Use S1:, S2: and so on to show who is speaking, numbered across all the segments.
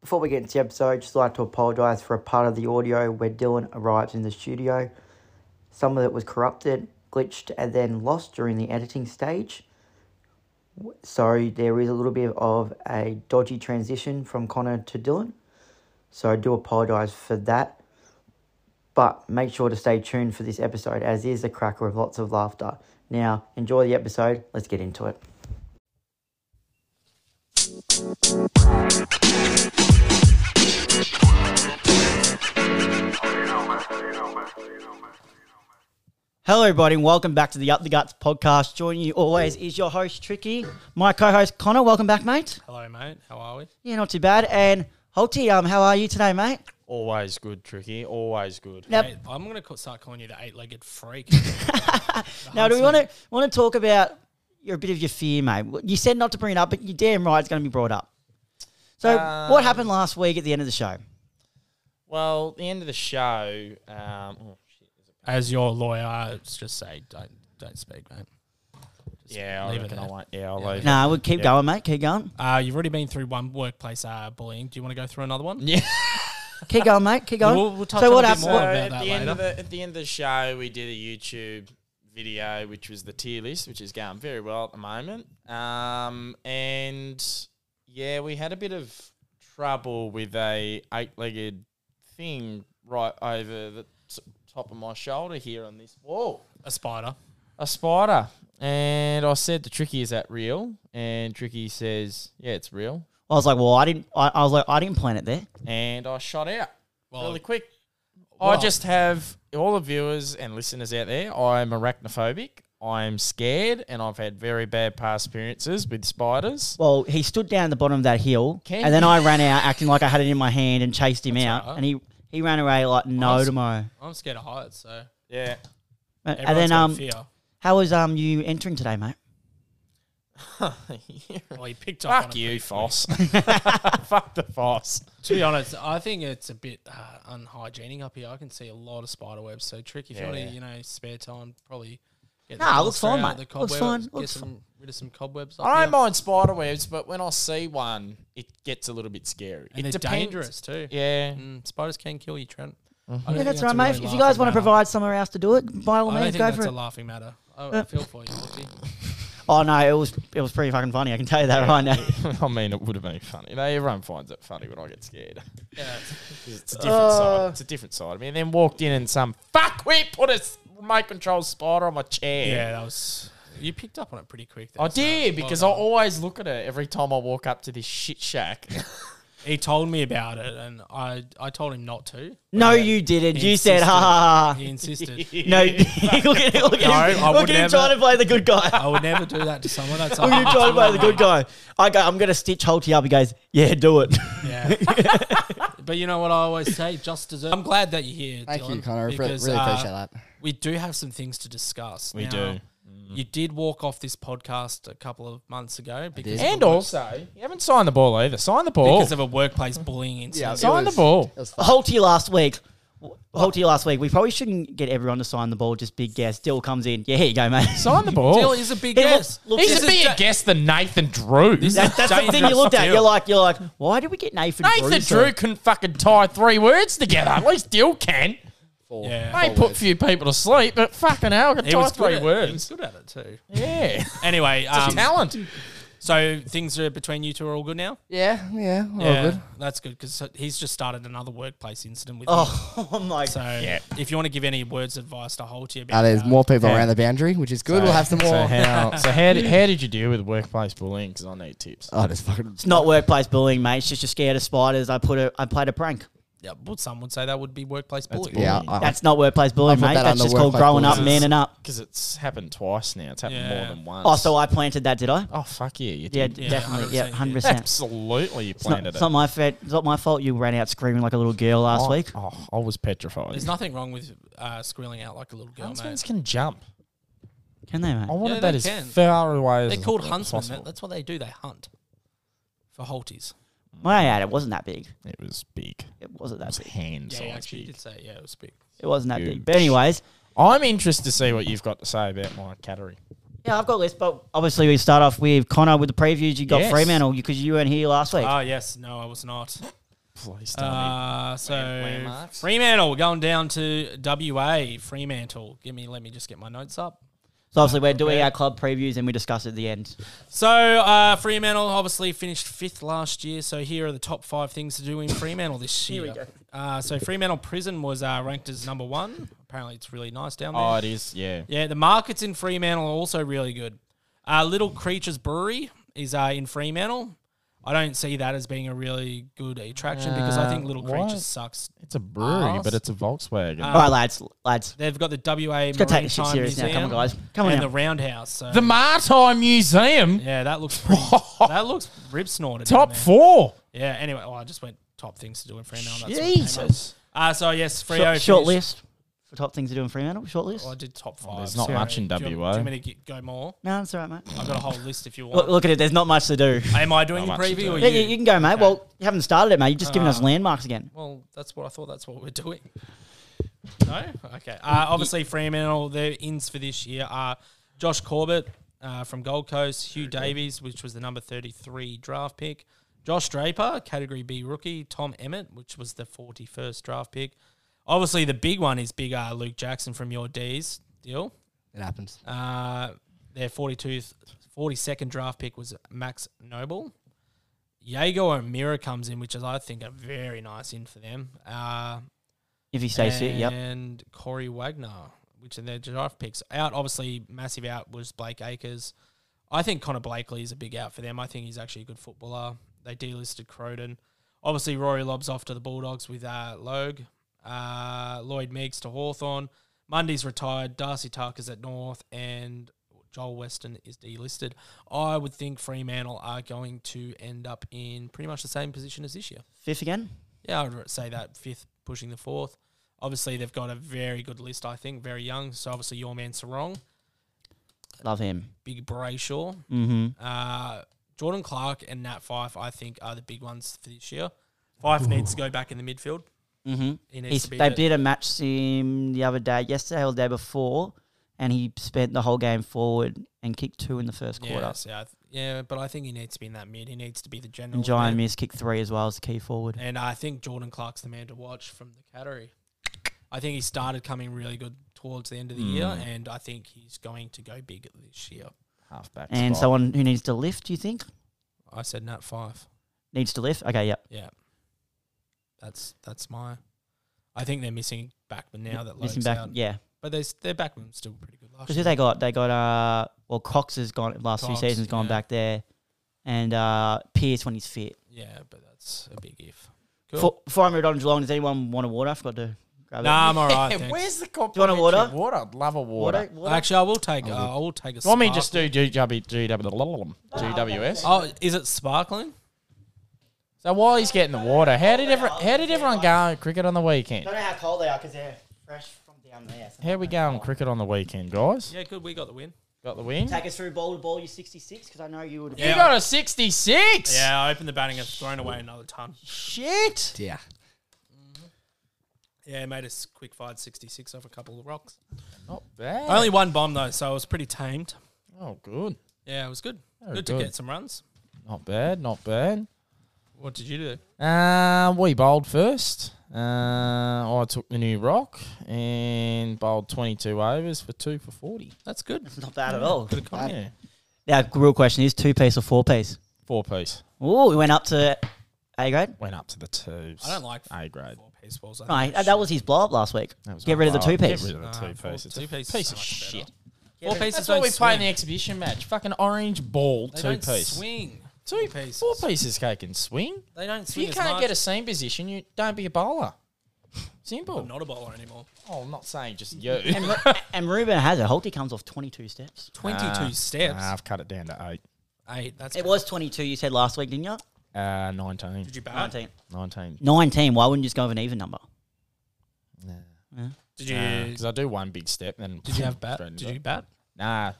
S1: Before we get into the episode, just like to apologise for a part of the audio where Dylan arrives in the studio. Some of it was corrupted, glitched, and then lost during the editing stage. So there is a little bit of a dodgy transition from Connor to Dylan. So I do apologise for that. But make sure to stay tuned for this episode, as is a cracker of lots of laughter. Now, enjoy the episode. Let's get into it. Hello, everybody, and welcome back to the Up the Guts podcast. Joining you always is your host, Tricky, my co host, Connor. Welcome back, mate.
S2: Hello, mate. How are we?
S1: Yeah, not too bad. And Holty, um, how are you today, mate?
S3: Always good, Tricky. Always good.
S1: Now,
S2: Hey, I'm gonna ca- start calling you the eight-legged freak.
S1: now do we want to want to talk about your a bit of your fear, mate? You said not to bring it up, but you damn right it's going to be brought up. So,
S2: Uh,
S1: what happened last week at the end of the show?
S3: Well, the end of the show. Um, oh, shit.
S2: As your lawyer, I just say don't don't speak, mate. Just
S3: Yeah, I
S2: leave it
S3: reckon I
S2: there.
S3: won't. Yeah, I'll leave. it.
S1: Nah, we'll keep going, mate. Keep going.
S2: Uh, you've already been through one workplace uh, bullying. Do you want to go through another one?
S3: Yeah.
S1: Keep going, mate. Keep going.
S2: We'll- we'll touch
S1: so
S2: on
S1: what
S2: a bit
S1: happened?
S2: more
S3: So
S2: about
S3: at
S2: that
S3: the end of
S2: later.
S3: the at the end of the show, we did a YouTube video, which was the tier list, which is going very well at the moment. Um, and yeah, we had a bit of trouble with a eight legged thing right over the t- top of my shoulder here on this wall.
S2: A spider.
S3: a spider. And I said to Tricky, is that real? And Tricky says, yeah, it's real.
S1: I was like, well, I didn't. I, I was like, I didn't plan it there.
S3: And I shot out
S2: Well,
S3: really quick. I
S2: well-
S3: just have all the viewers and listeners out there, I'm arachnophobic. I'm scared and I've had very bad past experiences with spiders.
S1: Well, he stood down the bottom of that hill,
S3: Can
S1: and then
S3: you-
S1: I ran out acting like I had it in my hand and chased him
S2: That's
S1: out,
S2: alright.
S1: and he he ran away like no
S2: Nice.
S1: tomorrow.
S2: I'm scared of heights, so
S3: Yeah.
S1: And
S2: everyone's
S1: then
S2: got
S1: um,
S2: fear.
S1: how was um you entering today, mate?
S2: Well, he picked up. on
S3: Fuck
S2: it
S3: you,
S2: pretty quick.
S3: Foss. Fuck the Foss.
S2: To be honest, I think it's a bit uh, unhygienic up here. I can see a lot of spider webs. So tricky. If you want
S3: Yeah.
S2: to, you know, spare time, probably. Get
S1: Nah,
S2: the
S1: looks fine,
S2: Monster out,
S1: mate.
S2: the
S1: Looks
S2: cobweb,
S1: fine,
S2: Get
S1: looks
S2: some, rid of some cobwebs. up
S3: I
S2: here.
S3: don't mind spider webs, but when I see one, it gets a little bit scary.
S2: And
S3: it
S2: they're
S3: depends-
S2: dangerous too.
S3: Yeah.
S2: Mm, spiders can kill you, Trent.
S1: Yeah, that's right, mate. If- if you guys want to provide somewhere else to do it, by all
S2: I don't
S1: means,
S2: think
S1: go
S2: that's
S1: for
S2: a
S1: it. Uh,
S2: laughing matter. I I feel for you, Lofty.
S1: Oh no, it was it was pretty fucking funny. I can tell you that right now.
S3: I mean, it would have been funny. They everyone finds it funny when I get scared.
S2: Yeah.
S3: 'Cause It's a different side. It's a different side of me. And then walked in and some fuck, we put a s- remote control spider on my chair.
S2: yeah, that was. You picked up on it pretty quick. There,
S3: I
S2: so
S3: did
S2: well
S3: because I
S2: done.
S3: always look at it every time I walk up to this shit shack.
S2: he told me about it, and I I told him not to.
S1: no, you didn't. You said, ha ha ha.
S2: He
S1: ha.
S2: insisted.
S1: No, look at, look at
S2: No, I
S1: him. Look
S2: would
S1: at him
S2: never-
S1: trying to play the good guy.
S2: I would never do that to someone. That's
S1: Look at him trying to play the good guy. I go, I'm going to stitch Holty up. He goes, yeah, do it.
S2: Yeah. but you know what I always say? Just deserve. I'm glad that you're here.
S4: Thank you,
S2: Dylan,
S4: Connor. Re-
S2: because,
S4: really
S2: uh,
S4: appreciate that.
S2: We do have some things to discuss.
S3: We
S2: Now,
S3: do.
S2: You did walk off this podcast a couple of months ago because,
S4: did.
S3: and also, you haven't signed the ball either. Sign the ball.
S2: because of a workplace bullying incident.
S3: Sign the ball.
S4: It was fun.
S1: Holty last week. Holty last week. We probably shouldn't get everyone to sign the ball. Just big guess. Dill comes in. Yeah, here you go, mate.
S3: Sign the ball.
S2: Still, Oh. he's a big
S1: Hey, look-
S2: guess.
S1: look,
S3: He's
S1: this
S3: a
S1: is
S3: bigger
S2: da-
S3: guest than Nathan Drew.
S2: is-
S1: That's the thing you
S2: Dangerous
S1: looked at.
S2: deal.
S1: You're like, you're like, why did we get Nathan?
S3: Nathan
S1: Bruce in?
S3: Drew couldn't fucking tie three words together. At least Dill can.
S4: Four.
S2: Yeah.
S3: They put a few people to sleep, but fucking hell, I can
S2: He
S3: tie
S2: was, good
S3: three
S2: at, he was
S3: words.
S2: good at it too.
S3: Yeah.
S2: Anyway, um,
S3: Talent.
S2: so things are between you two are all good now.
S4: Yeah, yeah, all good.
S2: that's good because he's just started another workplace incident with. you.
S1: Oh, I'm like,
S2: so
S3: Yeah.
S2: if you want to give any words of advice to Holty about
S4: Uh, there's
S2: uh,
S4: more people
S3: yeah.
S4: around the boundary, which is good. we'll have some
S3: So
S4: more.
S3: how, so how, did, how did you deal with workplace bullying? Because I need tips.
S4: oh, just fucking.
S1: it's not workplace bullying, mate. It's just you're scared of spiders. I put a, I played a prank.
S2: yeah, well, some would say that would be workplace bullying.
S4: Yeah, I,
S1: That's not workplace bullying,
S4: put
S1: mate.
S4: that
S1: That's
S4: under
S1: just called
S4: workplace
S1: growing up,
S4: bullying.
S1: manning up.
S3: Because it's happened twice now. It's happened
S2: Yeah.
S3: more than once.
S1: Oh, so I planted that, did I?
S3: oh fuck yeah, you
S1: Yeah,
S3: did.
S2: Yeah,
S1: definitely. Yeah,
S2: 100%,
S1: hundred
S2: yeah.
S1: percent.
S3: Absolutely, you
S1: It's not,
S3: planted
S1: it's not
S3: it.
S1: my fault. It's not my fault. You ran out screaming like a little girl last
S3: oh,
S1: week.
S3: oh, I was petrified.
S2: There's nothing wrong with uh, squealing out like a little girl,
S3: Huntsmans
S2: mate.
S3: can jump.
S1: Can they, mate?
S3: I wanted
S2: Yeah,
S3: that
S2: they
S3: as
S2: can.
S3: far away as
S2: They're called
S3: as
S2: huntsmen. mate.
S3: possible.
S2: That's what they do. They hunt for Holties.
S1: My ad, it wasn't that big.
S3: It was big. It
S1: It wasn't that
S3: was
S1: big.
S3: hand
S2: Yeah, he
S3: size
S2: actually
S3: big.
S2: did say it. yeah, it was big.
S1: It wasn't that big.
S3: Huge.
S1: But anyways,
S3: I'm interested to see what you've got to say about my cattery.
S1: yeah, I've got a list. But obviously, we start off with Connor with the previews. You got
S3: Yes.
S2: Uh,
S1: Fremantle because you weren't here last week.
S2: Ah, yes. No, I was not.
S3: Please tell me.
S2: Uh, so
S3: landmarks?
S2: Fremantle going down to WA. Fremantle, give me. Let me just get my notes up.
S1: So obviously we're doing our club previews and we discuss at the end.
S2: So uh, Fremantle obviously finished fifth last year. So here are the top five things to do in Fremantle this year. Uh, so Fremantle Prison was uh, ranked as number one. Apparently, it's really nice down there.
S3: Oh, it is. Yeah.
S2: Yeah, the markets in Fremantle are also really good. Uh, Little Creatures Brewery is uh, in Fremantle. I don't see that as being a really good attraction because I think Little
S3: Uh, what?
S2: Creatures sucks.
S3: It's a brewery,
S2: Ours?
S3: but it's a Volkswagen.
S2: uh,
S1: All right, lads, lads.
S2: They've got the WA
S1: Let's go take
S2: Maritime
S1: this shit serious now.
S2: Museum
S1: Come on, guys. Come on
S2: and
S1: now.
S2: the Roundhouse. So
S3: the Maritime Museum,
S2: yeah, that looks pretty, that looks rib snorted. down
S3: top
S2: there.
S3: four.
S2: Yeah. Anyway, oh, I just went top things to do in Fremantle. That's what came up.
S1: Jesus.
S2: Uh, so yes, Freo.
S1: Short, short
S2: finished-
S1: list for top things to do in Fremantle. Short list.
S2: Well, Oh, I did top five.
S3: there's not
S2: so-
S3: much in
S2: Do you-
S3: WA.
S2: Do you want me to go more?
S1: No, that's all right, mate.
S2: I've got a whole list if you want.
S1: Look, look at it. There's not much to do.
S2: Am I doing the
S3: Not much to
S2: preview
S3: do.
S2: or
S1: Yeah,
S2: you?
S1: you, you can go, mate. Well, you haven't started it, mate. You've just given
S2: Uh,
S1: us landmarks again.
S2: Well, that's what I thought. That's what we're doing. No, okay. Uh, obviously, Fremantle their ins for this year are Josh Corbett uh, from Gold Coast, Hugh Davies, which was the number thirty-three draft pick, Josh Draper, Category B rookie, Tom Emmett, which was the forty-first draft pick. Obviously, the big one is big uh, Luke Jackson from your D's deal.
S4: It happens.
S2: Uh, their 42th, 42nd draft pick was Max Noble. Yago O'Meara comes in, which is, I think, a very nice in for them. Uh,
S1: If he stays fit, yep.
S2: And Corey Wagner, which are their draft picks. Out, obviously, massive out was Blake Acres. I think Connor Blakely is a big out for them. I think he's actually a good footballer. They delisted Croden. Obviously, Rory lobs off to the Bulldogs with uh, Logue. Uh, Lloyd Meeks to Hawthorn. Monday's retired. Darcy Tarker's at North. And Joel Weston is delisted. I would think Fremantle are going to end up in pretty much the same position as this year.
S1: Fifth again.
S2: Yeah, I would say that fifth, pushing the fourth. Obviously, they've got a very good list, I think, very young. So, obviously, your man Sarong,
S1: Love him.
S2: Big Brayshaw,
S1: Mm-hmm.
S2: uh, Jordan Clark, and Nat Fife, I think, are the big ones for this year. Fife needs to go back in the midfield.
S1: Mm-hmm.
S2: He needs
S1: He's,
S2: to be
S1: they
S2: the-
S1: did a match sim the other day, yesterday or the day before, and he spent the whole game forward and kicked two in the first
S2: yeah,
S1: quarter.
S2: so I th- yeah, but I think he needs to be in that mid. He needs to be the general.
S1: And Giant
S2: man.
S1: Miss kicked three as well as the key forward.
S2: And I think Jordan Clark's the man to watch from the category. I think he started coming really good towards the end of the year,
S1: Mm.
S2: and I think he's going to go big this year.
S3: Halfback.
S1: And
S3: spot.
S1: someone who needs to lift, you think?
S2: I said Nat Fife.
S1: Needs to lift? Okay, yep.
S2: Yeah. That's that's my. I think they're missing backman now that Lowe's
S1: Missing back.
S2: out.
S1: Yeah.
S2: But their their backman's still pretty good last
S1: Because who
S2: year.
S1: they got? They got, uh, well, Cox has gone, last
S2: Cox,
S1: few seasons, gone
S2: yeah.
S1: back there. And uh, Pierce when he's fit.
S2: Yeah, but that's a big if. Cool.
S1: Before Before I moved on to Geelong, does anyone want a water? I forgot to grab
S2: nah,
S1: it.
S2: I'm all right.
S3: Hey,
S2: thanks.
S3: where's the
S1: you want a
S3: complimentary
S1: water?
S3: Water. I'd love a water.
S1: Water? water?
S2: Actually, I will take. Uh, I will take a.
S3: Do you want me to
S2: spark-
S3: just do GW, GW, GWS?
S2: Oh, is it sparkling?
S3: So while he's getting the water, how did every, how did everyone go on cricket on the weekend?
S1: don't know how cold they are because they're fresh from down there.
S3: How we go on cricket on the weekend, guys?
S2: Yeah, good. We got the win.
S3: Got the win.
S1: Take us through ball to ball, you 66, because I know you would have
S3: You got a 66.
S2: Yeah, I opened the batting and thrown away another ton.
S3: Shit.
S4: Yeah.
S2: Yeah, made a s- quick fired 66 off a couple of rocks.
S3: Not bad.
S2: Only one bomb though, so I was pretty tamed.
S3: oh, good.
S2: Yeah, it was good.
S3: Very
S2: good,
S3: good.
S2: to get some runs.
S3: Not bad. Not bad.
S2: What did you do?
S3: Uh, we bowled first. Uh, I took the new rock and bowled 22 overs for two for 40.
S2: That's good.
S1: not bad at all.
S2: Good economy.
S3: Yeah.
S1: Now, real question is two piece or four piece?
S3: Four piece.
S1: Oh, we went up to A grade.
S3: Went up to the twos.
S2: I don't like
S3: A grade.
S2: Four piece balls. I think
S1: Right, uh,
S2: they're
S1: that was his blow up last week.
S3: That was
S1: Get
S3: my
S1: rid of the
S3: blow-up.
S1: two piece.
S3: Get rid of
S2: Nah,
S3: the two
S2: Uh, four-
S3: piece. It's
S2: two
S3: a
S2: piece is
S3: Piece
S2: so
S3: of
S2: much better.
S3: shit.
S2: Four pieces
S3: That's
S2: don't
S3: what we play in
S2: swing.
S3: the exhibition match. Fucking orange ball,
S2: They
S3: two
S2: don't
S3: piece.
S2: swing.
S3: Two
S2: pieces.
S3: Four pieces cake and swing.
S2: They don't
S3: If
S2: swing.
S3: you
S2: as
S3: can't
S2: much.
S3: get a seam position, you don't be a bowler. Simple.
S2: I'm not a bowler anymore.
S3: oh, I'm not saying just you.
S1: And, Ru- and Ruben has it. Holty comes off 22 steps.
S2: 22 steps.
S3: Nah, I've cut it down to eight.
S2: Eight. That's
S1: It was 22, you said last week, didn't you?
S3: Uh, 19.
S2: Did you bat?
S1: 19.
S3: 19.
S1: 19. Why wouldn't you just go with an even number?
S2: Did you?
S3: Because Uh, I do one big step. Then
S2: did you have bat?
S3: straight into
S2: Did you
S3: it.
S2: bat?
S3: Nah,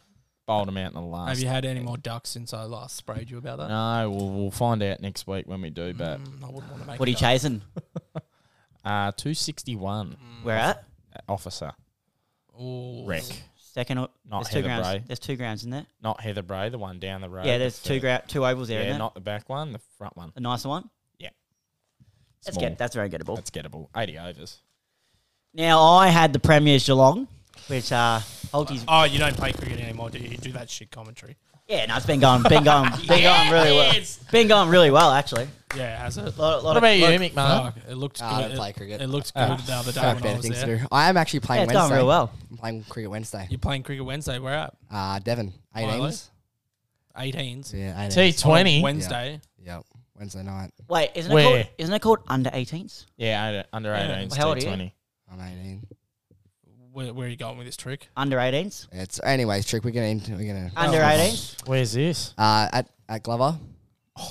S3: bowled them out in the last.
S2: Have you had any more ducks since I last sprayed you about that?
S3: No, we'll, we'll find out next week when we do bat.
S2: Mm, I wouldn't want to make.
S1: What are
S2: it
S1: you
S2: up.
S1: chasing?
S3: Mm. Uh, 261,
S1: Where at?
S3: uh, officer.
S2: Ooh.
S3: Wreck.
S1: Second or
S3: Not
S1: there's two
S3: Heather
S1: grounds.
S3: Bray.
S1: There's two grounds, isn't there?
S3: Not Heather Bray, the one down the road.
S1: yeah,
S3: the
S1: there's two
S3: fir-
S1: gra- two ovals there,
S3: Yeah,
S1: isn't there?
S3: not the back one, the front one.
S1: the nicer one. That's
S3: Small.
S1: get, that's very gettable.
S3: That's gettable. 80 overs.
S1: Now I had the Premier's Geelong, which uh, Holty's.
S2: Oh, you don't play cricket anymore, do you? You do that shit commentary.
S1: Yeah, no, it's been going, been going, been going really well.
S2: Yes.
S1: Been going really well actually.
S2: Yeah, has it?
S1: Lot, lot
S3: What
S1: of,
S3: about you,
S1: lot-
S3: Mick Mullen?
S2: Fuck, it looked.
S4: Nah, I
S2: good.
S4: don't play
S2: It-
S4: cricket. Ah,
S2: It, looked good the other day
S4: Fuck
S2: when I
S4: better
S2: was
S4: things
S2: there.
S4: to do. I am actually
S1: Yeah,
S4: playing
S1: it's
S4: Wednesday.
S1: going real well.
S4: I'm playing cricket Wednesday.
S2: You're playing cricket Wednesday. Where up?
S4: Uh, Devon,
S2: Milo?
S4: 18s.
S2: 18s.
S4: Yeah, 18s.
S3: T20.
S2: Wednesday.
S4: Yep, Wednesday night.
S1: Wait, isn't it
S3: Where?
S1: called? Isn't it called under 18s?
S3: Yeah, under- under
S2: Yeah.
S3: 18s,
S1: How old are you?
S3: T20.
S4: I'm 18.
S2: Where, where are you going with this trick? Oh,
S1: Under 18s?
S4: It's anyways, trick. We're gonna into, we're gonna
S1: Under 18s?
S3: Where's this?
S4: uh, at at Glover.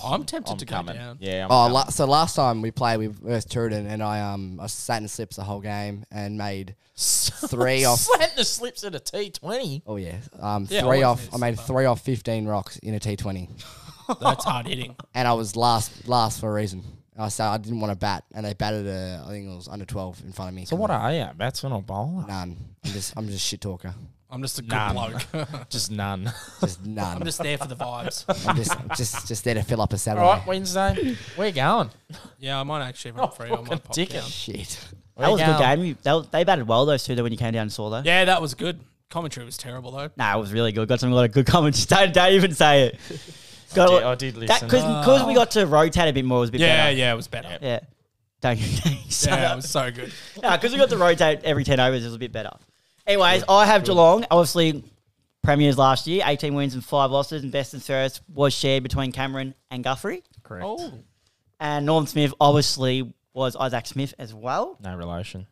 S2: I'm tempted
S3: I'm
S2: to go
S3: coming.
S2: down.
S3: Yeah, I'm
S4: Oh,
S3: coming.
S4: la- so last time we played, we versus Turden, and I um I sat in slips the whole game and made three off.
S3: Slant the slips at a T20.
S4: Oh yeah, um
S2: Yeah, I
S4: three
S2: wasn't
S4: off.
S2: in
S4: I made three off fifteen rocks in a T twenty,
S2: That's hard hitting.
S4: and I was last last for a reason. I said I didn't want to bat, and they batted a I think it was under twelve in front of me.
S3: So what are you, a batsman or bowler?
S4: None. I'm just I'm just shit talker.
S2: I'm just a good
S3: Nah.
S2: bloke.
S3: Just none.
S4: Just none.
S2: I'm
S4: I'm just
S2: just there for the vibes.
S4: just just just there to fill up a
S3: All
S4: Saturday.
S3: right, Wednesday. We're going.
S2: Yeah, I might actually run free. I might pop
S3: dickhead.
S2: down.
S4: Shit.
S1: That was a good
S3: Where you
S1: game. You- They, were- they batted well those two though when you came down and saw though.
S2: Yeah, that was good. Commentary was terrible though.
S1: Nah, it was really good. Got some a lot of good comments. Don't, don't even say it. Got a
S3: going?
S1: lot-
S3: Yeah, I did
S1: that
S3: listen.
S1: because we got to rotate a bit more it was a bit
S2: Yeah,
S1: better.
S2: yeah, it was better. Yeah,
S1: Yeah. Don't so,
S2: it was so good.
S1: because we got to rotate every ten overs, it was a bit better. Anyways, I have Geelong. Obviously, premiers last year, eighteen wins and five losses, and best and fairest was shared between Cameron and Guthrie.
S3: Correct.
S2: Oh,
S1: And Norm Smith obviously was Isaac Smith as well.
S3: No relation.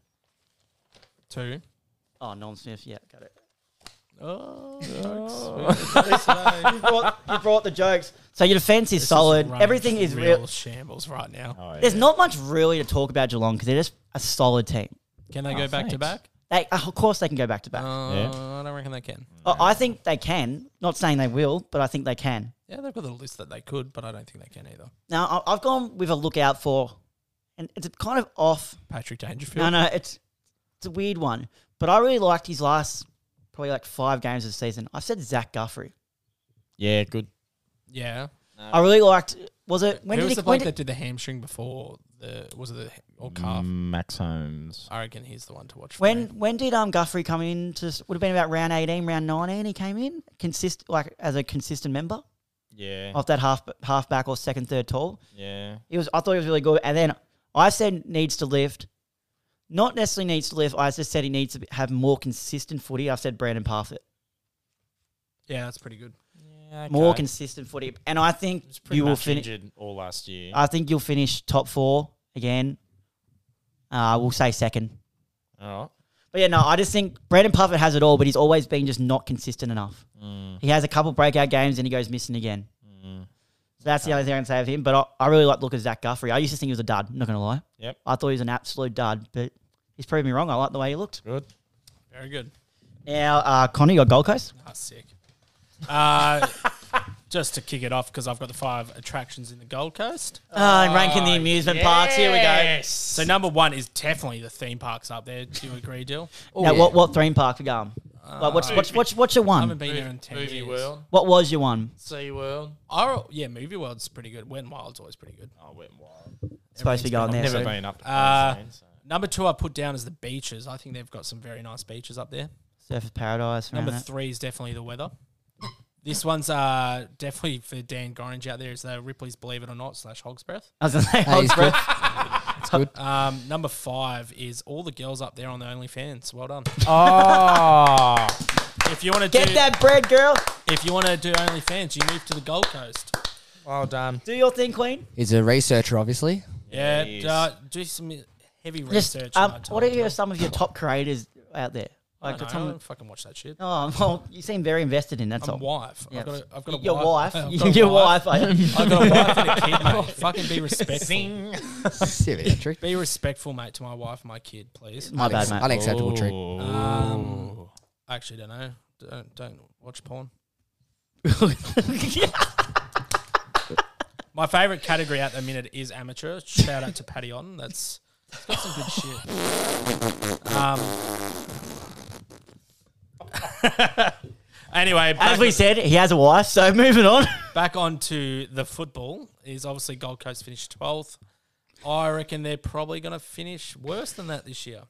S2: two.
S1: Oh, Norm Smith, yeah, got it.
S2: Oh,
S1: you, brought, you brought the jokes. So your defense is solid. Everything is
S2: real
S1: real.
S2: shambles right now.
S3: Oh,
S1: There's
S3: yeah.
S1: not much really to talk about Geelong because they're just a solid team.
S2: Can they go
S3: Oh,
S2: back to
S3: thanks.
S2: back?
S1: They, of course, they can go back to back.
S2: Uh,
S3: Yeah.
S2: I don't reckon they can.
S1: I I think they can. Not saying they will, but I think they can.
S2: Yeah, they've got a list that they could, but I don't think they can either.
S1: Now I- I've gone with a lookout for, and it's kind of off.
S2: Patrick Dangerfield.
S1: No, no, it's it's a weird one, but I really liked his last probably like five games of the season. I've said Zach Guthrie.
S3: Yeah, good.
S2: Yeah.
S1: I really liked. Was it when
S2: Uh, Who
S1: did
S2: was
S1: he?
S2: the
S1: When
S2: bloke
S1: did,
S2: that did the hamstring before the was it the or calf?
S3: Max Holmes.
S2: I reckon he's the one to watch. for
S1: when
S2: me.
S1: when did um Guthrie come in? To s- would have been about round eighteen, round nineteen. He came in consist like as a consistent member
S3: Yeah.
S1: of that half half back or second third tall.
S3: Yeah.
S1: He was. I thought he was really good. And then I said needs to lift. Not necessarily needs to lift. I just said he needs to be- have more consistent footy. I've said Brandon Parfit.
S2: yeah, that's pretty good.
S3: yeah
S1: More consistent footy. And I think you will finish.
S3: injured all last year.
S1: I think you'll finish top four again. Uh, we'll say second.
S3: all right.
S1: But yeah, no, I just think Brandon Parfit has it all, but he's always been just not consistent enough.
S3: Mm.
S1: He has a couple breakout games and he goes missing again. So that's the only thing I can say of him. But I, I really like the look of Zach Guthrie. I used to think he was a dud, not going to lie.
S3: Yep.
S1: I thought he was an absolute dud, but he's proved me wrong. I like the way he looked.
S3: Good.
S2: Very good.
S1: Now, uh, Connor, you got Gold Coast?
S2: Ah, sick. Uh, just to kick it off, because I've got the five attractions in the Gold Coast.
S1: Oh,
S3: Ah,
S1: and ranking the amusement parks. Here we go.
S2: So number one is definitely the theme parks up there. Do you agree, Dill?
S1: now,
S4: yeah.
S1: what, what theme park we going?
S3: Ah.
S1: like, what's, what's, what's, what's your
S2: I haven't
S1: one?
S2: been there in ten
S3: Movie
S2: years.
S3: World.
S1: What was your one?
S3: Sea World.
S2: Oh, yeah, Movie World's pretty good. Went Wild's always pretty good.
S3: I Oh, went wild.
S1: It's supposed to be going
S2: Everything's
S1: there.
S3: Never
S1: So.
S3: been up to
S2: Uh,
S3: Queensland, so.
S2: Number two, I put down as the beaches. I think they've got some very nice beaches up there.
S1: Surface Paradise. around
S2: Number
S1: that.
S2: three is definitely the weather. This one's uh, definitely for Dan Gorringe out there. Is the Ripley's Believe It or Not slash Hog's Breath.
S1: I was going to say,
S4: Hey, it's
S1: Hawkesbury.
S4: good. It's good.
S2: Um, number five is all the girls up there on the OnlyFans. Well done.
S3: Oh,
S2: if you want to
S1: Get
S2: do,
S1: that bread, girl.
S2: if you want to do OnlyFans, you move to the Gold Coast.
S3: well done.
S1: Do your thing, Queen.
S4: He's a researcher, obviously.
S2: Yeah,
S3: Yes.
S2: uh, do some heavy
S1: Just,
S2: research. on
S1: um,
S2: that
S1: what are
S2: time,
S1: your,
S2: Joe.
S1: some of your top creators out there?
S2: I
S1: Like,
S2: don't, know, I
S1: some,
S2: don't fucking watch that shit.
S1: oh, well, you seem very invested in. That's
S2: I'm
S1: all.
S2: wife.
S1: Yeah.
S2: I've got a, I've got a
S1: your wife.
S2: I've got a
S1: your wife. eh?
S2: I've got a wife and a kid, mate. Fucking be respectful.
S4: Serious trick.
S2: Be respectful, mate, to my wife and my kid, please.
S1: My bad, mate.
S4: Unacceptable
S3: Oh.
S4: trick.
S3: Uh,
S2: Um, I actually don't know. Don't, don't watch porn. My favourite category at the minute is amateur. Shout out to Patty on. That's it's got some good shit. Um, anyway, back,
S1: As we said, he has a wife, so moving on.
S2: back on to the football is obviously Gold Coast finished twelfth. I reckon they're probably going to finish worse than that this year.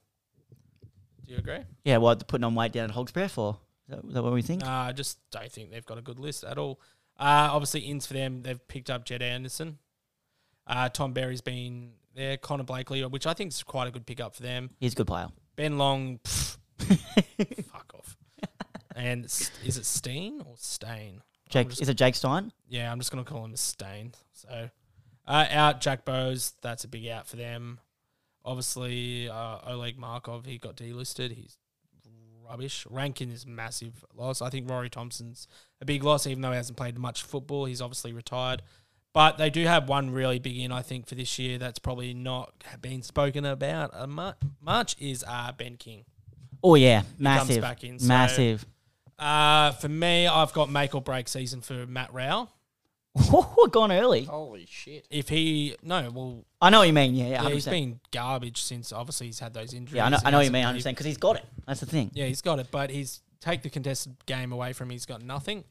S2: Do you agree?
S1: Yeah, well, putting on weight down at Hogs Breath, or is that, is that what we think?
S2: Uh, I just don't think they've got a good list at all. Uh, obviously, ins for them, they've picked up Jed Anderson. Uh, Tom Berry's been there. Connor Blakely, which I think is quite a good pickup for them.
S1: He's a good player.
S2: Ben Long, pff, fuck off. And S- is it Steen or Stain?
S1: Jake,
S2: just-
S1: is it Jake Stein?
S2: Yeah, I'm just going to call him Stain. So uh, out Jack Bowes, that's a big out for them. Obviously, uh, Oleg Markov, he got delisted. He's rubbish. Rankin is a massive loss. I think Rory Thompson's a big loss, even though he hasn't played much football. He's obviously retired. But they do have one really big in, I think, for this year that's probably not been spoken about a mu- much is uh, Ben King.
S1: Oh yeah,
S2: comes
S1: massive,
S2: back in, so-
S1: massive.
S2: Uh, for me, I've got make or break season for Matt Rowell.
S1: gone early.
S3: Holy shit.
S2: If he, no, well,
S1: I know what you mean. Yeah, yeah,
S2: Oh. Yeah, he's
S1: 100%.
S2: been garbage since obviously he's had those injuries.
S1: yeah I know,
S2: He
S1: I know what you
S2: hasn't
S1: mean.
S2: really-
S1: 100 because he's got it. That's the thing.
S2: Yeah, he's got it, but he's take the contested game away from him, he's got nothing.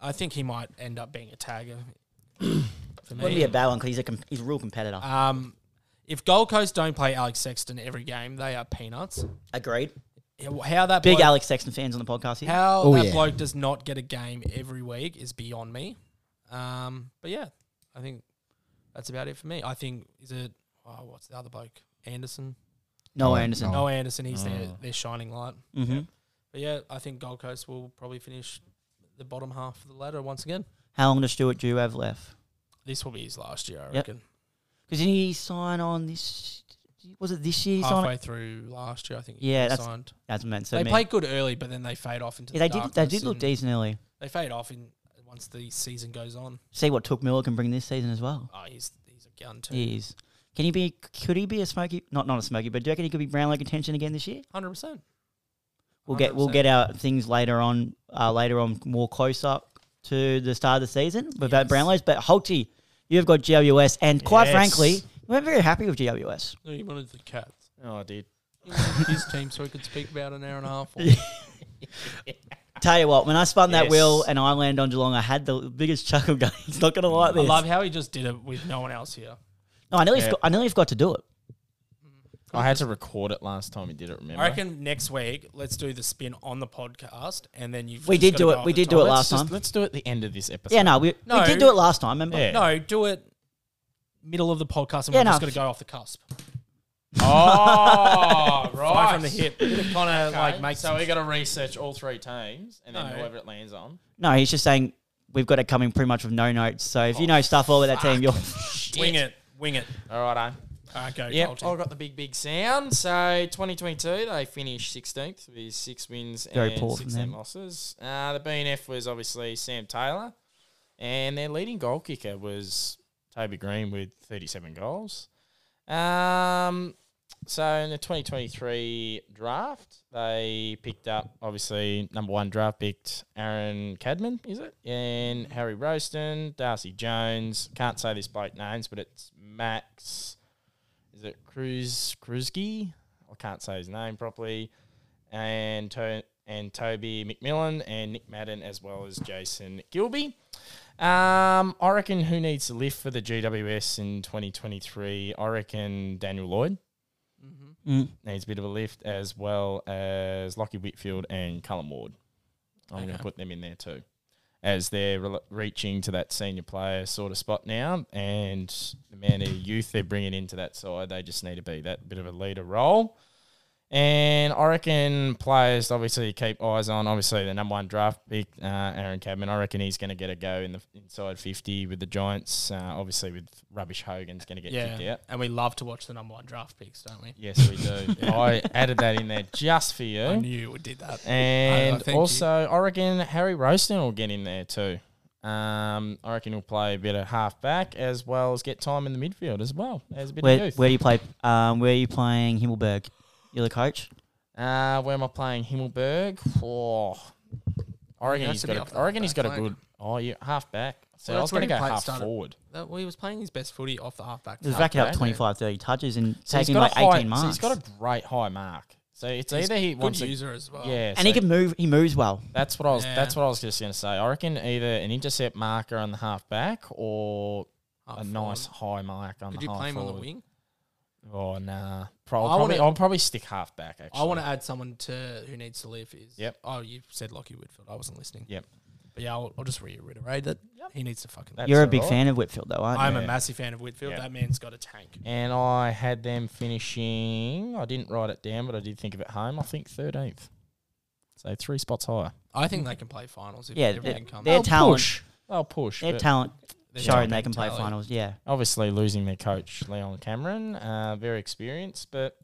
S2: I think he might end up being a tagger for
S1: Wouldn't be
S2: me.
S1: a bad one because he's a com- he's a real competitor.
S2: Um, if Gold Coast don't play Alex Sexton every game, they are peanuts.
S1: Agreed.
S2: How that
S1: Big
S2: bloke,
S1: Alex Sexton fans on the podcast here.
S2: how
S4: Oh,
S2: that
S4: yeah.
S2: bloke does not get a game every week is beyond me. Um, but yeah, I think that's about it for me. I think is it oh, what's the other bloke? Anderson.
S1: Noah
S4: No,
S1: Anderson.
S2: No, Anderson. He's their,
S4: Mm.
S2: their shining light.
S1: Mhm.
S2: But yeah, I think Gold Coast will probably finish the bottom half of the ladder once again.
S1: How long does Stuart Jew have left?
S2: This will be his last year, I
S1: Yep.
S2: reckon.
S1: Because didn't he sign on this? Was it this year? He signed
S2: Halfway
S1: on?
S2: through last year, I think.
S1: Yeah,
S2: he
S1: that's-
S2: signed.
S1: That's meant so.
S2: they
S1: me-
S2: played good early, but then they fade off into.
S1: yeah, they
S2: the
S1: did. They
S2: darkness
S1: did look
S2: and
S1: decent early.
S2: They fade off in once the season goes on.
S1: See what Took Miller can bring this season as well.
S2: Oh, he's he's a gun too.
S1: He is. Can he be? Could he be a smoky? Not not a smoky, but do you reckon he could be Brownlow contention again this year?
S2: Hundred percent.
S1: We'll get we'll get our things later on uh, later on more close up to the start of the season with that
S2: Yes.
S1: Brownlows. But Holty, you've got GWS, and quite
S3: Yes.
S1: frankly, we weren't very happy with GWS.
S2: No, you wanted the cats.
S3: Oh, I did.
S2: He wanted his team, so he could speak about an hour and a half. Or
S1: Tell you what, when I spun that
S3: Yes.
S1: wheel and I landed on Geelong, I had the biggest chuckle going. He's not going to like
S2: I
S1: this.
S2: love how he just did it with no one else here.
S1: no, I nearly
S3: Yeah.
S1: forgot- I nearly forgot to do it.
S3: I had to record it last time you did it, remember?
S2: I reckon next week let's do the spin on the podcast, and then you've
S1: We
S2: just
S1: did
S2: gotta
S1: do
S2: go
S1: it.
S2: off
S1: We
S2: the
S1: did do
S2: top.
S1: it
S2: Let's
S1: last
S3: Just,
S1: time.
S3: let's do it at the end of this episode.
S1: Yeah, no, we,
S2: No.
S1: we did do it last time. Remember?
S3: Yeah.
S2: No, do it middle of the podcast, and
S1: Yeah,
S2: we're
S1: no.
S2: just going to go off the cusp.
S3: Oh,
S2: Fire
S3: right.
S2: from the hip. Kind of like make
S3: so we got to research all three teams and then
S2: No.
S3: whoever it lands on.
S1: No, he's just saying we've got it coming pretty much with no notes. So
S3: Oh,
S1: if you know stuff all about that team, you're
S2: wing it, wing it.
S3: All right, I.
S2: All right, go.
S3: Yeah,
S2: Colty.
S3: I got the big, big sound. So 2022, they finished 16th with six wins
S1: Very
S3: and
S1: poor from
S3: 16
S1: them.
S3: losses. Uh, the BNF was obviously Sam Taylor, and their leading goal kicker was Toby Green with 37 goals. Um, so in the 2023 draft, they picked up obviously number one draft picked Aaron Cadman, is it? And Harry Roston, Darcy Jones. Can't say this bloke names, but it's Max. Is it Cruz Kruzki? I can't say his name properly. And to, and Toby McMillan and Nick Madden as well as Jason Gilby. Um, I reckon who needs to lift for the GWS in 2023? I reckon Daniel Lloyd
S1: Mm.
S3: needs a bit of a lift, as well as Lockie Whitfield and Cullen Ward. I'm going to put them in there too, as they're re- reaching to that senior player sort of spot now, and the amount of youth they're bringing into that side, they just need to be that bit of a leader role. And I reckon players obviously keep eyes on obviously the number one draft pick uh, Aaron Cadman. I reckon he's going to get a go in the inside fifty with the Giants. Uh, obviously with rubbish Hogan's going to get kicked
S2: yeah,
S3: out.
S2: and we love to watch the number one draft picks, don't we?
S3: Yes, we do. I added that in there just for you.
S2: I knew we did that. I- I
S3: And
S2: thank you.
S3: also, I reckon Harry Roston will get in there too. Um, I reckon he'll play a bit of half back as well as get time in the midfield as well as a bit
S1: Where,
S3: of youth.
S1: where do you play? Um, where are you playing Himmelberg? You're the coach.
S3: uh, where am I playing? Himmelberg. Oh, I reckon
S2: has
S3: he's
S2: to be
S3: got.
S2: off
S3: A,
S2: the
S3: I reckon he's got a
S2: half-back.
S3: good. Oh, yeah, half back. So
S2: Well, that's
S3: I was
S2: where
S3: going to go
S2: he played-
S3: half
S2: started.
S3: forward.
S2: That- well, he was playing his best footy off the halfback.
S1: He was racking up
S3: Okay.
S1: 25, 30 touches and
S3: So he's
S1: taking like
S3: got a high,
S1: 18
S3: So
S1: marks.
S3: he's got a great high mark. So it's
S2: He's
S3: either he
S2: Good uh,
S3: wants to.
S2: user as well.
S3: Yeah,
S1: and he
S3: so
S1: can move. He moves well.
S3: That's what I was.
S2: Yeah.
S3: That's what I was just going to say. I reckon either an intercept marker on the half back or
S2: Half
S3: a
S2: forward.
S3: nice high mark on
S2: Could
S3: the
S2: you
S3: half
S2: play him on the
S3: forward.
S2: wing?
S3: Oh nah. Pro-
S2: I
S3: probably,
S2: wanna-
S3: I'll probably stick half back. Actually,
S2: I want to add someone to who needs to live. Is
S3: Yep.
S2: Oh, you said Lockie Whitfield. I wasn't listening.
S3: Yep.
S2: But yeah, I'll, I'll just reiterate that he needs to fucking.
S3: That's
S1: You're a big
S3: alright.
S1: fan of Whitfield, though, aren't you?
S2: I'm a
S3: Yeah.
S2: massive fan of Whitfield.
S3: Yep.
S2: That man's got a tank.
S3: And I had them finishing. I didn't write it down, but I did think of it home. I think thirteenth. So three spots higher.
S2: I think they can play finals if
S1: Yeah,
S2: everything
S1: they-
S2: comes.
S1: Their
S3: They'll
S1: talent-
S3: Oh, Push. They'll push.
S1: Their
S3: but
S1: talent
S2: They're
S1: showing
S2: top
S1: they
S2: end
S1: can play
S2: tally.
S1: finals. Yeah.
S3: obviously losing their coach Leon Cameron, uh, very experienced, but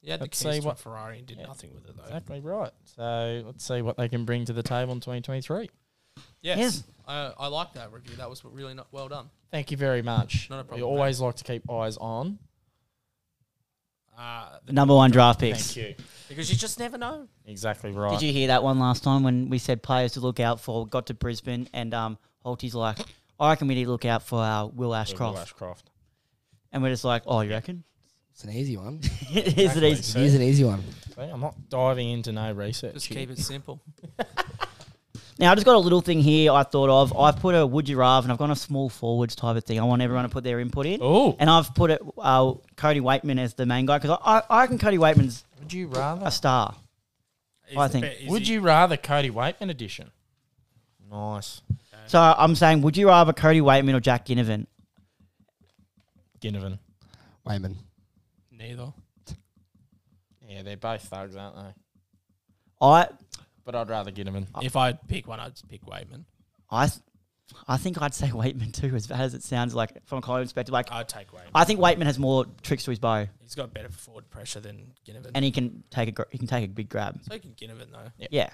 S2: Yeah, the
S3: Let's
S2: keys
S3: see
S2: to a
S3: what-
S2: Ferrari and did
S3: Yeah.
S2: nothing with it though.
S3: exactly right. So let's see what they can bring to the table in 2023.
S2: Yes,
S1: Yes.
S2: I, I like that review. That was really not well done.
S3: Thank you very much.
S2: Not a
S3: we
S2: problem,
S3: always like to keep eyes on.
S2: Uh,
S1: The number one draft picks.
S3: Thank you.
S2: because you just never know.
S3: Exactly right.
S1: Did you hear that one last time when we said players to look out for? Got to Brisbane and um, Holty's like, I reckon we need to look out for uh, Will Ashcroft.
S3: Ashcroft.
S1: And we're just like, oh, you reckon?
S4: It's an easy one.
S1: Is it easy?
S4: It is an easy one.
S3: See, I'm not diving into no research.
S2: Just
S3: here.
S2: keep it simple.
S1: Now, I just got a little thing here I thought of. I've put a would you rather, and I've gone a small forwards type of thing. I want everyone to put their input in.
S3: Oh,
S1: And I've put it, uh, Cody Waitman as the main guy because I, I, I reckon Cody Waitman's
S3: would you
S1: a
S3: rather?
S1: star. I think-
S3: Would you rather Cody Waitman edition? Nice.
S1: So I'm saying, would you rather Cody Waitman or Jack Ginnivan?
S3: Ginnivan.
S4: Wayman.
S2: neither?
S3: Yeah, they're both thugs, aren't they?
S1: I
S3: But I'd rather Ginnivan.
S2: If I pick one, I'd pick Waitman.
S1: I th- I think I'd say Waitman too, as bad as it sounds like from a Collingwood perspective. Like
S2: I'd take Waitman.
S1: I think Waitman has more tricks to his bow,
S2: He's got better forward pressure than Ginnivan.
S1: and he can take a gr- he can take a big grab.
S2: so can Ginnivan though.
S1: Yeah.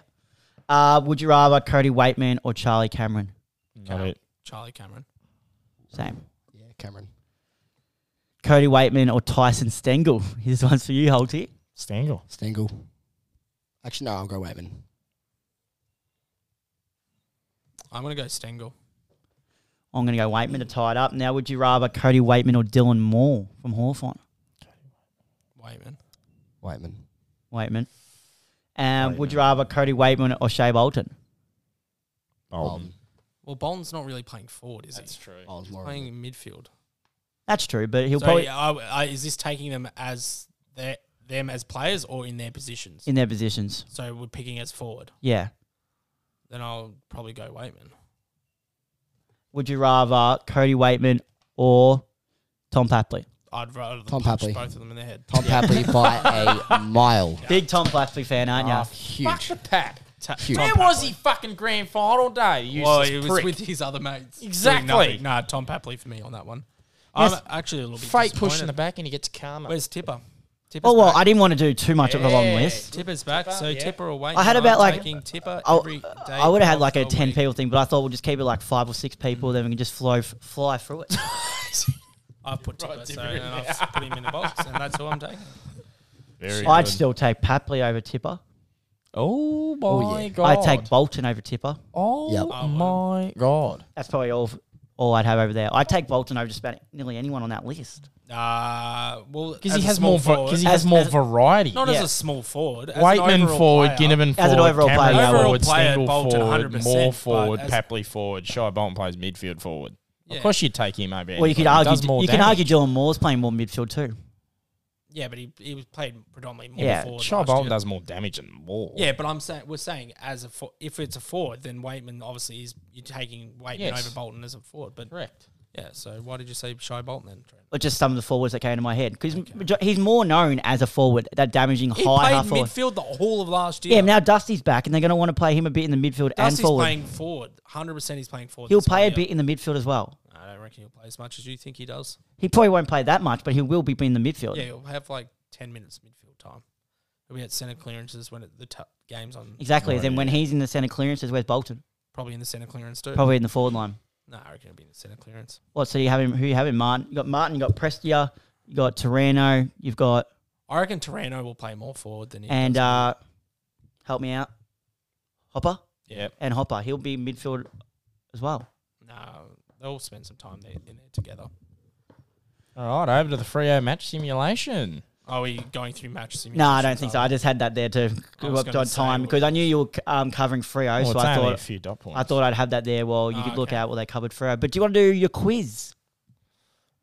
S1: Uh, would you rather Cody Waitman or Charlie Cameron?
S3: Not
S2: Cal-
S3: it.
S2: Charlie Cameron.
S1: Same.
S4: Yeah, Cameron.
S1: Cody Waitman or Tyson Stengel? This one's for you, Holty.
S3: Stangle.
S4: Stengel. Actually, no, I'll go Wayman.
S2: I'm gonna go Stengel.
S1: I'm going to go Waitman to tie it up. Now, would you rather Cody Waitman or Dylan Moore from Hawthorn?
S2: Waitman.
S4: Wayman.
S1: Waitman. Um, would you rather Cody Waitman or Shea Bolton?
S4: Bolton.
S2: Well, Bolton's not really playing forward, is he?
S3: true.
S4: Oh, Lauren.
S2: Playing in midfield.
S1: That's true, but he'll
S2: so
S1: probably
S2: yeah, I, I, is this taking them as their, them as players or in their positions?
S1: in their positions.
S2: so we're picking as forward.
S1: Yeah.
S2: Then I'll probably go Waitman.
S1: Would you rather Cody Waitman or Tom Papley?
S2: I'd rather
S4: Tom
S2: punch
S4: Papley.
S2: both of them in the head.
S4: Tom Papley by a mile.
S1: Big Tom Papley fan, aren't
S4: Ah,
S2: Oh,
S1: ya?
S3: Fuck
S4: huge.
S3: the pap.
S2: Ta-
S4: Huge.
S2: Tom
S4: Where
S3: Where
S2: Papley.
S3: was he fucking grand final day? You
S2: Well,
S3: useless
S2: he was
S3: prick?
S2: with his other mates. doing
S3: Exactly.
S2: nothing. Nah, Tom Papley for me on that one. I'm actually a little bit
S3: fake push in
S2: disappointed.
S3: the back and he gets karma.
S2: Where's Tipper? Tipper's
S1: Oh, well,
S2: back.
S1: I didn't want to do too much of a long
S3: Yeah.
S1: list.
S2: Tipper's back. so
S3: yeah.
S2: Tipper or Waitman.
S1: I had about,
S2: I'm
S1: like,
S2: taking Tipper every
S1: I'll,
S2: day
S1: I would have had
S2: of
S1: like a
S2: the
S1: 10
S2: week.
S1: people thing, but I thought we'll just keep it like five or six people, then we can just flow, f- fly through it.
S2: I've put Tipper,
S3: Right,
S2: so,
S3: Tipper
S2: and
S3: in
S2: I've put him in the box, and that's who I'm taking.
S1: I'd still take Papley over Tipper.
S3: Oh my
S4: Oh, yeah.
S3: god.
S1: I'd take Bolton over Tipper.
S3: Oh
S4: Yep.
S3: my god.
S1: That's probably all, all I'd have over there. I'd take Bolton over just about nearly anyone on that list.
S2: Uh, well,
S3: Because
S2: as
S3: he
S2: a
S3: has
S2: small
S3: more
S2: forward,
S3: because he
S1: As-
S3: has more
S1: as-
S3: variety.
S2: not as
S1: Yeah.
S2: a small forward. as an
S3: Waitman
S2: overall
S3: forward,
S2: player.
S3: Ginnivan forward,
S1: As an overall
S3: Cameron
S1: player, yeah.
S2: Overall
S3: forward,
S2: player,
S3: Stengel
S2: Bolton
S3: forward,
S2: 100%,
S3: Moore
S2: but
S3: forward,
S2: as-
S3: Papley forward, Shai Bolton plays midfield forward.
S2: Yeah.
S3: Of course, you'd take him over.
S1: Well, you could
S3: anybody. He
S1: argue
S3: does more
S1: you can
S3: damage.
S1: argue Dylan Moore's playing more midfield too.
S2: Yeah, but he he was played predominantly more
S1: Yeah,
S2: forward.
S3: Shai
S2: last
S3: Bolton
S2: year.
S3: does more damage than Moore.
S2: Yeah, but I'm saying we're saying as a for, if it's a forward, then Waitman obviously is you're taking Waitman
S3: Yes.
S2: over Bolton as a forward. But
S3: correct.
S2: yeah, so why did you say Shy Bolton then? Trent?
S1: Or just some of the forwards that came to my head because he's more known as a forward, that damaging
S2: He
S1: high half
S2: played
S1: forward.
S2: midfield the whole of last year.
S1: Yeah, now Dusty's back, and they're going to want to play him a bit in the midfield
S2: Dusty's
S1: and forward.
S2: playing forward. Hundred percent, he's playing forward.
S1: He'll
S2: this
S1: play a
S2: year.
S1: bit in the midfield as well.
S2: I don't reckon he'll play as much as you think he does.
S1: He probably won't play that much, but he will be in the midfield.
S2: Yeah, he'll have like ten minutes midfield time. He'll be at centre clearances when it, the t- game's on.
S1: Exactly. then when he's in the centre clearances, where's Bolton?
S2: Probably in the centre clearance too.
S1: Probably in the forward line.
S2: No, I reckon he'll be in the centre clearance.
S1: What? So you have him? Who you have him? Martin. You got Martin. You got Prestia. You got Torano. You've got
S2: I reckon Torano will play more forward than he
S1: and
S2: does.
S1: uh, help me out, Hopper
S3: Yep.
S1: and Hopper. He'll be midfield as well.
S2: no, they'll spend some time there, in there together.
S3: All right, over to the Frio match simulation.
S2: Are we going through match simulation?
S1: No, I don't think so. I just had that there to
S2: I was gonna
S1: on
S2: say,
S1: time
S2: well-
S1: because I knew you were um, covering Frio,
S3: Well,
S1: so
S3: it's
S1: I
S3: only a
S1: thought
S3: few dot points.
S1: I thought I'd have that there. Well, you
S2: Oh,
S1: could look
S2: okay.
S1: out what they covered Frio. But do you want to do your quiz?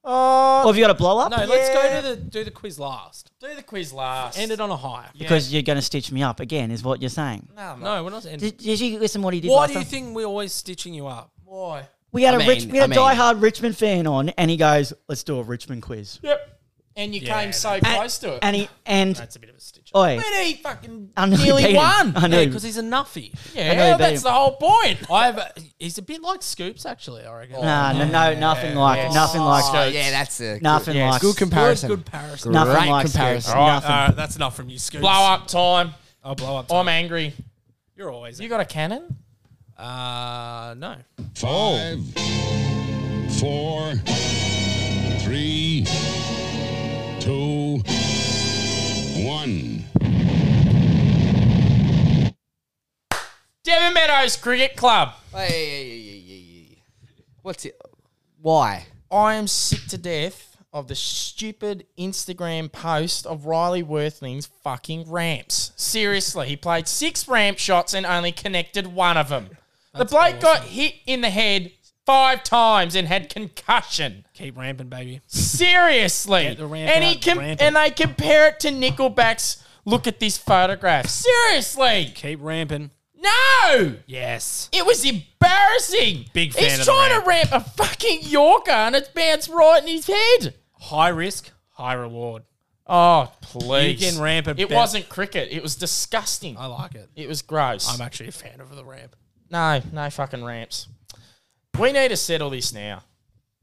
S3: Oh,
S1: Or have you got a blow up?
S2: No, let's go to the do the quiz last.
S3: do the quiz last.
S2: End it on a high.
S1: Because you're going to stitch me up again, is what you're saying.
S3: no, no.
S2: No, we're not ending.
S1: Did, did you listen to what he did
S2: Why
S1: last
S2: do you
S1: time?
S2: think we're always stitching you up?
S3: Why?
S1: we had
S4: I
S1: a rich,
S4: mean-
S1: we had a
S4: I mean-
S1: diehard Richmond fan on, and he goes, "Let's do a Richmond quiz."
S3: Yep. And you
S2: Yeah,
S3: came so
S1: And-
S3: close to it.
S1: And he and
S2: That's a bit of a stitch.
S1: oi,
S3: but he fucking
S1: I know he beat
S3: nearly
S1: him.
S3: won.
S1: I know.
S2: Yeah, because he's a nuffy.
S3: Yeah,
S1: know he beat
S3: that's
S1: him.
S3: the whole point.
S2: I've he's a bit like Scoops actually. I reckon.
S1: no, no, no, nothing like,
S3: yes.
S1: nothing like,
S4: Oh, yeah, that's a
S1: Nothing
S4: good,
S1: like-
S4: good comparison.
S2: Good, good comparison.
S1: nothing
S4: Great
S1: like comparison.
S4: comparison.
S3: All right,
S1: Nothing.
S2: All right, uh, that's enough from you, Um, Scoops.
S3: Blow up time.
S2: I'll blow up.
S3: I'm angry.
S2: You're always.
S3: You got a cannon?
S2: Uh, no.
S5: Five, four, three, two, one.
S3: Devon Meadows Cricket Club.
S4: Hey, hey, hey, hey, hey, hey. What's it? Why?
S3: I am sick to death of the stupid Instagram post of Riley Worthling's fucking ramps. Seriously, he played six ramp shots and only connected one of them. the bloke got hit in the head five times and had concussion.
S2: Keep ramping, baby.
S3: Seriously.
S2: Get the ramp
S3: and he
S2: out,
S3: com-
S2: ramp it.
S3: and they compare it to Nickelback's look at this photograph. Seriously.
S2: Keep ramping.
S3: No!
S2: Yes.
S3: It was embarrassing.
S2: Big fan
S3: He's
S2: of the
S3: trying to ramp a fucking Yorker and it bounced right in his head.
S2: High risk, high reward.
S3: Oh, please.
S2: You can ramp it
S3: It
S2: back.
S3: wasn't cricket. It was disgusting.
S2: I like it.
S3: It was gross.
S2: I'm actually a fan of the ramp.
S3: no, no fucking ramps. We need to settle this now.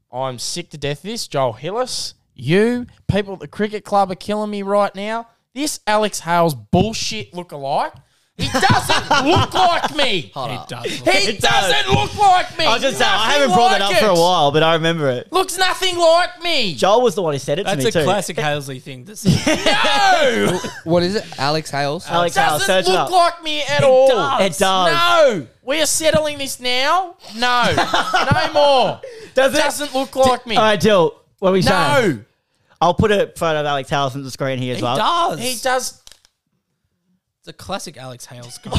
S3: I'm sick to death of this. Joel Hillis, you, people at the cricket club are killing me right now. This Alex Hales bullshit look alike. He doesn't look like Uh, me.
S2: It does. look-
S3: He doesn't look like me.
S1: I was just saying, I haven't brought that up for a while, but I remember it.
S3: Looks nothing like me.
S1: Joel was the one who said it to
S2: That's
S1: me
S2: a
S1: too.
S2: classic Halesley thing to say.
S3: No,
S4: What is it? Alex Hales.
S1: Alex, Hale,
S3: doesn't
S1: search it up.
S3: look like me at all.
S1: It does.
S3: No, we are settling this now. No, no more.
S1: Does it?
S3: Doesn't look like me.
S1: All right, Jill. What are we saying?
S3: no,
S1: I'll put a photo of Alex Hales on the screen here as
S2: He
S1: well.
S2: does.
S3: he does.
S2: It's a classic Alex Hales. guy.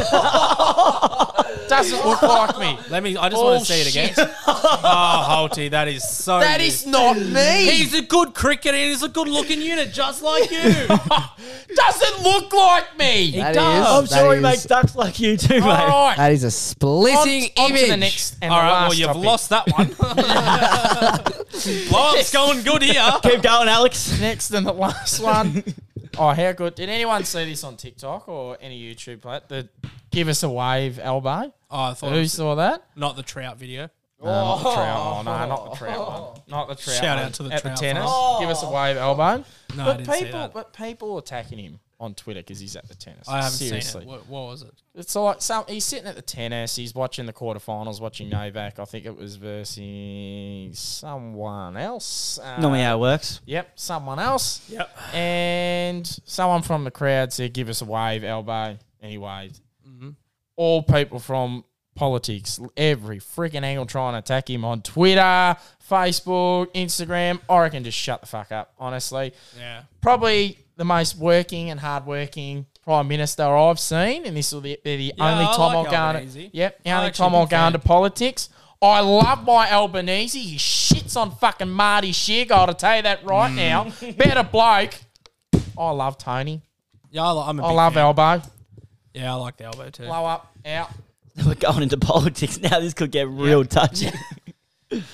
S3: Doesn't look like me.
S2: Let me. I just want to see it again.
S3: Bullshit.
S2: Oh, Holty, that is so.
S3: That
S2: you.
S3: is not me.
S2: He's a good cricketer. He's a good-looking unit, just like you.
S3: doesn't look like me.
S4: That
S2: does.
S1: I'm
S4: that
S1: sure he
S4: is-
S1: makes ducks like you too, mate.
S3: all right.
S4: That is a splitting
S3: on, on
S4: image.
S3: to the next and
S2: All
S3: the
S2: right,
S3: last
S2: well, you've
S3: topic.
S2: lost that one. Blow up's going good here. Oh,
S1: Keep going, Alex.
S3: Next and the last one. oh, how good! Did anyone see this on TikTok or any YouTube plat? The give us a wave elbow.
S2: Oh, I thought it
S3: Who
S2: was
S3: saw that?
S2: not the trout video.
S3: Not the trout one. No, not the trout one. Not the trout
S2: Shout
S3: one.
S2: out to the
S3: At
S2: trout
S3: the tennis.
S2: fans.
S3: Give us a wave, elbow.
S2: No, I
S3: but
S2: didn't see
S3: people,
S2: that.
S3: but people attacking him on Twitter because he's at the tennis.
S2: I haven't
S3: Seriously.
S2: seen it. What, what was it?
S3: It's like some. He's sitting at the tennis. He's watching the quarterfinals, watching Novak. I think it was versus someone else. Uh,
S1: Normally how it works.
S3: Yep, someone else.
S2: Yep.
S3: And someone from the crowd said, "Give us a wave, elbow." And he waved. All people from politics, every freaking angle, trying to attack him on Twitter, Facebook, Instagram. I reckon just shut the fuck up. Honestly,
S2: Yeah.
S3: probably the most working and hardworking prime minister I've seen, and this will be be the
S2: Yeah,
S3: only
S2: I
S3: time
S2: like
S3: I'll go
S2: Albanese.
S3: into. Yep, the
S2: I'm
S3: only
S2: actually a
S3: time I'll
S2: big
S3: go
S2: fan.
S3: into politics. I love my Albanese. He shits on fucking Marty Sheargold. I'll tell you that right now. Better bloke. I love Tony.
S2: Yeah, I, li- I'm a
S3: I
S2: big
S3: love
S2: fan.
S3: elbow.
S2: Yeah, I like the elbow too.
S3: Blow up, out.
S1: We're going into politics now. This could get real touchy.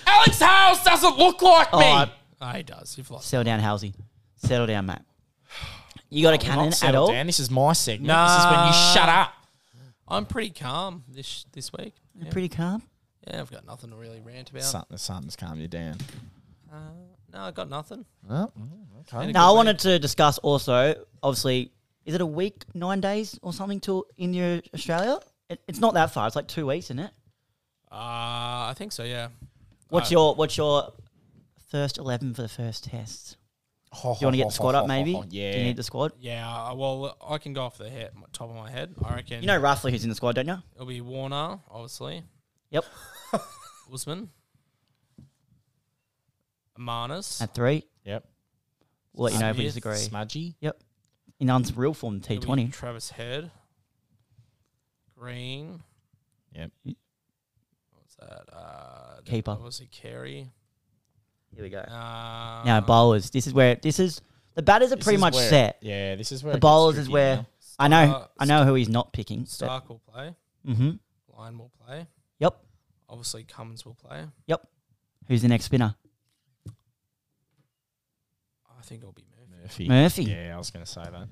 S3: Alex Hales doesn't look like me.
S1: Alright.
S2: Oh, he does. You've lost.
S1: Settle down, Halsey. Settle down, Matt. You got a cannon at
S3: Settle
S1: all?
S3: down. This is my segment. This is when you
S2: Nah.
S3: shut up.
S2: I'm pretty calm this this week. Yeah.
S1: Pretty calm.
S2: yeah, I've got nothing to really rant about. Uh,
S3: Something, something's calmed you down.
S2: No, I got nothing. Mm,
S3: Oh, okay.
S1: Now I wanted to discuss also. Obviously, is it a week, nine days, or something till India, Australia? It, it's not that far. It's like two weeks, isn't it?
S2: Uh, I think so. Yeah.
S1: What's your What's your first eleven for the first test? Do you want to get the squad up? Maybe.
S3: Yeah.
S1: Do you need the squad?
S2: Yeah. I- Well, I can go off the head, top of my head. I reckon.
S1: You know roughly who's in the squad, don't you?
S2: it'll be Warner, obviously.
S1: Yep.
S2: Usman. Marnus.
S1: At three,
S3: Yep.
S1: we'll let you know if we
S2: Smith,
S1: disagree.
S3: Smudgy.
S1: Yep. In unreal form, T
S2: It'll be
S1: Twenty.
S2: Travis Head. Green.
S3: Yep.
S2: What's that? Uh, then
S1: Keeper.
S2: Obviously, Carey.
S1: Here we go.
S2: Uh,
S1: now bowlers. This is where this is the batters are
S3: This
S1: pretty
S3: is
S1: much
S3: where-
S1: set.
S3: Yeah, this is where
S1: The
S3: it gets
S1: bowlers is
S3: tricky
S1: where
S3: now.
S1: I know
S2: Star-
S1: I know who he's not picking.
S2: Stark will play.
S1: Mm-hmm.
S2: Lyon will play.
S1: Yep.
S2: Obviously, Cummins will play.
S1: Yep. Who's the next spinner?
S2: I think it'll be Murphy.
S3: Murphy.
S1: Murphy.
S3: Yeah, I was going to say that.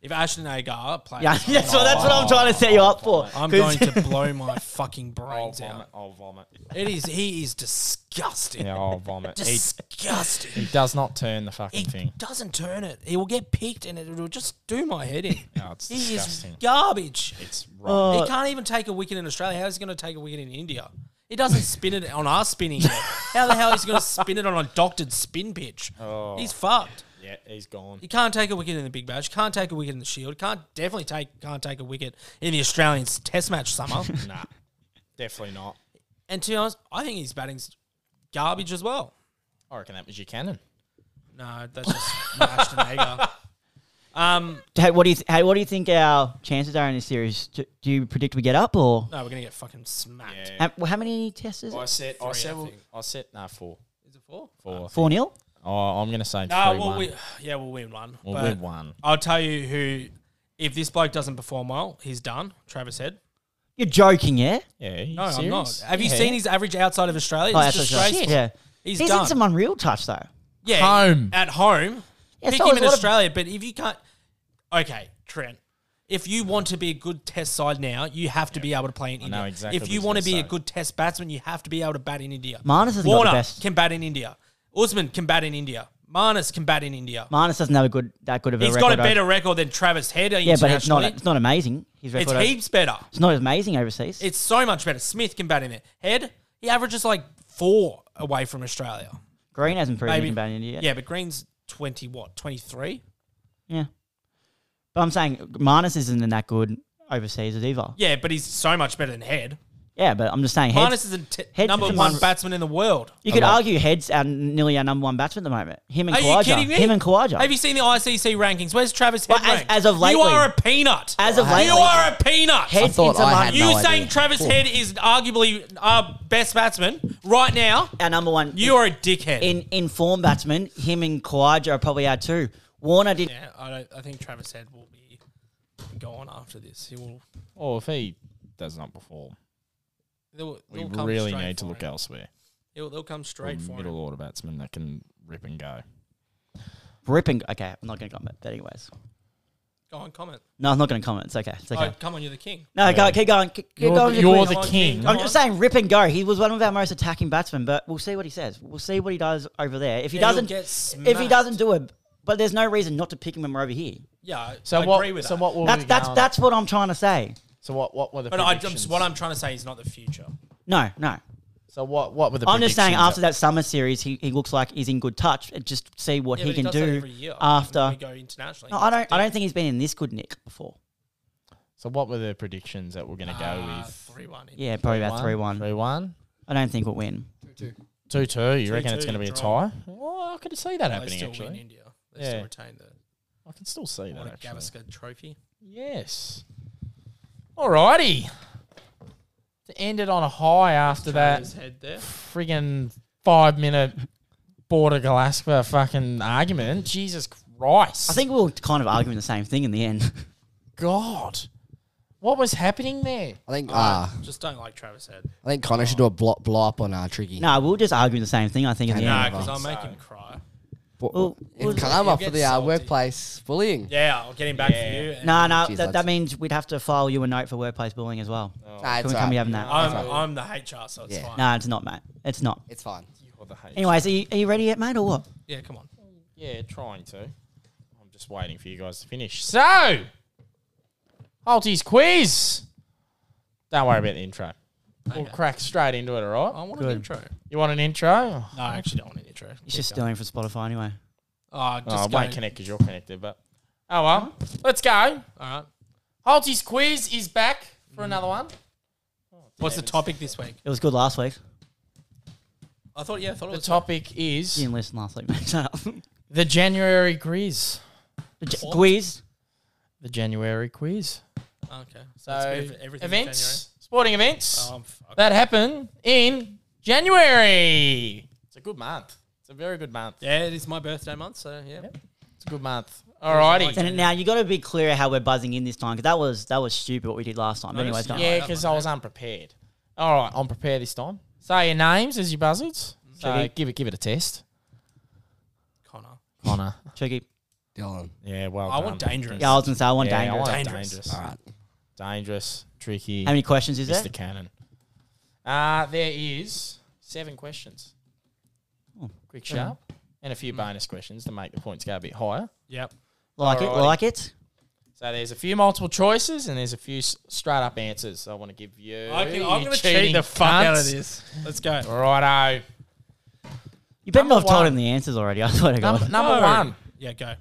S2: If Ashton Agar plays,
S1: Yeah,
S2: I'm
S1: that's what,
S2: going-
S1: that's what I'm trying to set you up for.
S2: I'm
S1: 'Cause-
S2: going to blow my fucking
S3: I'll
S2: brains
S3: vomit.
S2: out.
S3: I'll vomit.
S2: It is he is disgusting.
S3: Yeah, I'll vomit. he,
S2: Disgusting.
S3: he does not turn the fucking
S2: He
S3: thing.
S2: doesn't turn it. He will get picked and it will just do my head in.
S3: No, it's
S2: he
S3: disgusting. Uh,
S2: is garbage.
S3: It's wrong.
S2: he can't even take a wicket in Australia. How's he going to take a wicket in India? He doesn't spin it on our spinning. yet. How the hell is he going to spin it on a doctored spin pitch?
S3: Oh.
S2: He's fucked.
S3: yeah, he's gone.
S2: He can't take a wicket in the Big Bash. Can't take a wicket in the Shield. Can't definitely take can't take a wicket in the Australians Test match summer.
S3: nah, definitely not.
S2: and to be honest, I think his batting's garbage as well.
S3: I reckon that was Buchanan.
S2: No, that's just Ashton Hager. Um,
S1: Hey, what do you th- hey, what do you think our chances are in this series? Do, do you predict we get up or
S2: no, we're gonna get fucking smacked.
S3: Yeah.
S1: how, well, how many tests is
S3: I
S1: it?
S3: said,
S2: Three, I
S3: I said,
S2: think.
S3: I said, nah, four.
S2: Is it four?
S3: Four. I
S1: Four
S3: think.
S1: 0
S3: Oh, I'm going to say
S2: No,
S3: 3
S2: Uh, we'll
S3: one.
S2: win. Yeah, we'll win one.
S3: We'll
S2: But
S3: win one.
S2: I'll tell you who. If this bloke doesn't perform well, he's done. Travis Head.
S1: You're joking, yeah?
S3: Yeah, you
S2: No, I'm not.
S3: serious?
S2: Have you
S3: Yeah.
S2: seen his average outside of Australia?
S1: Oh,
S2: It's
S1: that's
S2: disgraceful.
S1: right. Yeah,
S2: He's,
S1: he's
S2: done.
S1: in some unreal touch though.
S2: yeah,
S3: Home.
S2: at home.
S1: Yeah,
S2: Pick
S1: so
S2: him
S1: is
S2: in
S1: what a-
S2: Australia, but if you can't, okay, Trent. If you want to be a good Test side now, you have to be able to play in India.
S3: know exactly
S2: if
S3: what
S2: you
S3: he's
S2: want to
S3: gonna
S2: be a
S3: say.
S2: good Test batsman, you have to be able to bat in India.
S1: Marnus hasn't got the
S2: Warner
S1: best.
S2: can bat in India. Usman can bat in India. Marnus can bat in India.
S1: Marnus doesn't have a good that good of a
S2: He's
S1: record.
S2: got a better
S1: over-
S2: record than Travis Head.
S1: yeah, but it's not
S2: internationally.
S1: it's not amazing. His record
S2: It's
S1: over-
S2: heaps better.
S1: it's not amazing overseas.
S2: It's so much better. Smith can bat in it. Head, he averages like four away from Australia.
S1: Green hasn't proven
S2: Maybe.
S1: he can bat in India yet.
S2: Yeah, but Green's 20, what, 23?
S1: yeah. But I'm saying Marnus isn't that good overseas either.
S2: Yeah, but he's so much better than Head.
S1: Yeah, but I'm just saying heads,
S2: Minus is the t-
S1: Heads
S2: number
S1: is
S2: one
S1: unre-
S2: batsman in the world.
S1: You could argue heads are nearly our number one batsman at the moment. Him and
S2: Are you
S1: Khawaja.
S2: kidding me?
S1: Him and Khawaja.
S2: Have you seen the ICC rankings? Where's Travis
S1: Well,
S2: Head
S1: as-
S2: ranked?
S1: as of
S2: You
S1: lately-
S2: are a peanut.
S1: As of lately-
S2: You are a peanut.
S1: heads
S4: thought
S1: into
S4: I
S1: Marnus-
S4: had
S2: you
S4: no idea.
S2: saying Travis Head is arguably our best batsman right now?
S1: our number one.
S2: You are a dickhead.
S1: in in form batsman. Him and Khawaja are probably our two. Warner did.
S2: yeah, I, don't, I think Travis Head will be gone after this. He will.
S3: Or if he does not perform,
S2: They will
S3: we
S2: they'll come
S3: really
S2: straight
S3: need to
S2: for
S3: look
S2: him.
S3: elsewhere.
S2: He'll, they'll come
S3: for a
S2: straight for
S3: Middle
S2: him.
S3: order batsman that can rip and go.
S1: ripping. Okay, I'm not going to comment. But anyways,
S2: Go on, comment.
S1: no, I'm not going to comment. It's okay. It's okay.
S2: Oh, come on, you're the king.
S1: no, go, keep going. Keep, keep
S3: You're
S1: going.
S3: the-
S1: with your
S3: you're
S1: quiz.
S3: the
S2: Come on,
S3: king.
S2: come
S1: I'm
S2: on.
S1: just saying, rip and go. He was one of our most attacking batsmen, but we'll see what he says. We'll see what he does over there. If he
S2: Yeah,
S1: doesn't,
S2: he'll get
S1: if he
S2: smacked.
S1: doesn't do it, but there's no reason not to pick him when we're over here.
S2: Yeah,
S3: So
S2: I
S3: what?
S2: agree with
S3: so
S2: that.
S3: what will
S1: That's
S3: we go
S1: that's
S3: on?
S1: that's what I'm trying to say.
S3: So what? What were the?
S2: But I, I'm,
S3: predictions?
S2: what I'm trying to say is not the future.
S1: No, no.
S3: So what? What were the?
S1: I'm just saying,
S3: predictions
S1: after that summer series, he, he looks like he's in good touch. And just see what
S2: Yeah,
S1: he
S2: but
S1: can
S2: does
S1: do
S2: that every year. When
S1: after.
S2: we go internationally.
S1: No, I don't. I don't think he's been in this good nick before.
S3: So what were the predictions that we're going to go with?
S2: three one.
S1: Yeah, probably about three one.
S3: Three one.
S1: I don't think we'll win.
S3: Two two. You reckon it's
S2: 2-2,
S3: going to be a
S2: draw.
S3: tie? Oh, I could see that
S2: They
S3: happening
S2: still win
S3: actually.
S2: India. They still
S3: Yeah.
S2: retain the
S3: I can still see that
S2: what a
S3: actually.
S2: Gavaskar trophy.
S3: Yes. Alrighty. To end it on a high after that
S2: His head there.
S3: friggin' five minute border Galaska fucking argument. Jesus Christ.
S1: I think we were kind of arguing the same thing in the end.
S3: God. What was happening there?
S4: I think uh,
S3: Ah.
S2: Just don't like Travis Head.
S4: I think Connor should do a blow, blow up on uh, Tricky.
S1: no, we were just arguing the same thing. I think in the
S4: No,
S2: No,
S1: end.
S2: because
S4: no,
S2: I'll make him cry.
S4: But-
S1: Well, well,
S4: in karma
S2: you'll
S4: for
S2: get
S4: the uh,
S2: salty.
S4: workplace bullying.
S2: Yeah, I'll get him back for you. and
S1: No, no, that,
S4: Jeez,
S1: that
S4: lads.
S1: means we'd have to file you a note for workplace bullying as well.
S4: Nah, it's
S1: Can we can
S4: alright.
S1: be having that?
S2: I'm, I'm the HR, so it's
S4: Yeah.
S2: fine.
S1: no, it's not, mate. It's not.
S4: It's fine.
S1: Anyways, are you, are you ready yet, mate, or what?
S2: Yeah, come on.
S3: Yeah, trying to. I'm just waiting for you guys to finish. So, Halty's quiz. Don't worry about the intro. We'll crack straight into it, all
S2: I
S3: right?
S2: want an intro.
S3: You want an intro?
S2: No, I actually don't want an intro.
S1: It's just stealing from Spotify anyway.
S2: Oh,
S3: Oh, I
S2: just
S3: won't
S2: go.
S3: connect because you're connected, but. Oh, well. Let's go.
S2: All right.
S3: Halty's quiz is back for another one.
S2: What's the topic this week?
S1: It was good last week.
S2: I thought, yeah, I thought it
S3: The
S2: was
S3: topic
S1: You
S3: is
S1: didn't listen last week, mate. Shut up.
S3: the January quiz.
S1: The j- quiz.
S3: The January quiz.
S2: Okay. So, it's
S3: So,
S2: good for everything in
S3: events, sporting events
S2: January. Oh, I'm fucked.
S3: that happen in January. It's a good month. It's It's a very good month.
S2: Yeah, it is my birthday month, so yeah.
S3: It's a good month. Alrighty.
S1: And now you got to be clear how we're buzzing in this time because that was that was stupid what we did last time. But anyways,
S2: it's-
S1: go on.
S3: Yeah, because I was unprepared. All right, I'm prepared this time. Say your names as you buzzards. So
S1: Checky.
S3: give it, give it a test,
S2: Connor.
S3: Connor.
S1: Tricky.
S4: Dylan.
S3: Yeah, well,
S2: I want
S3: done.
S2: dangerous.
S1: Yeah, I was gonna say I want
S3: Yeah, I
S1: dangerous.
S3: want
S2: Dangerous.
S3: dangerous,
S4: All right.
S3: dangerous, tricky.
S1: How many questions is there?
S3: Mr. Cannon. Uh, there is seven questions. Quick, sharp, and a few bonus questions to make the points go a bit higher.
S2: Yep.
S1: Like it,
S3: Alrighty.
S1: like it.
S3: So there's a few multiple choices and there's a few s- straight up answers. I want to give you.
S2: I can,
S3: you
S2: I'm going to cheat
S3: cheating
S2: the fuck out of
S3: cunts.
S2: this. Let's go.
S3: Righto.
S1: You better not
S3: Number
S1: have told
S3: one.
S1: him the answers already. I swear to God.
S3: Number, number
S2: No.
S3: one.
S2: Yeah, go.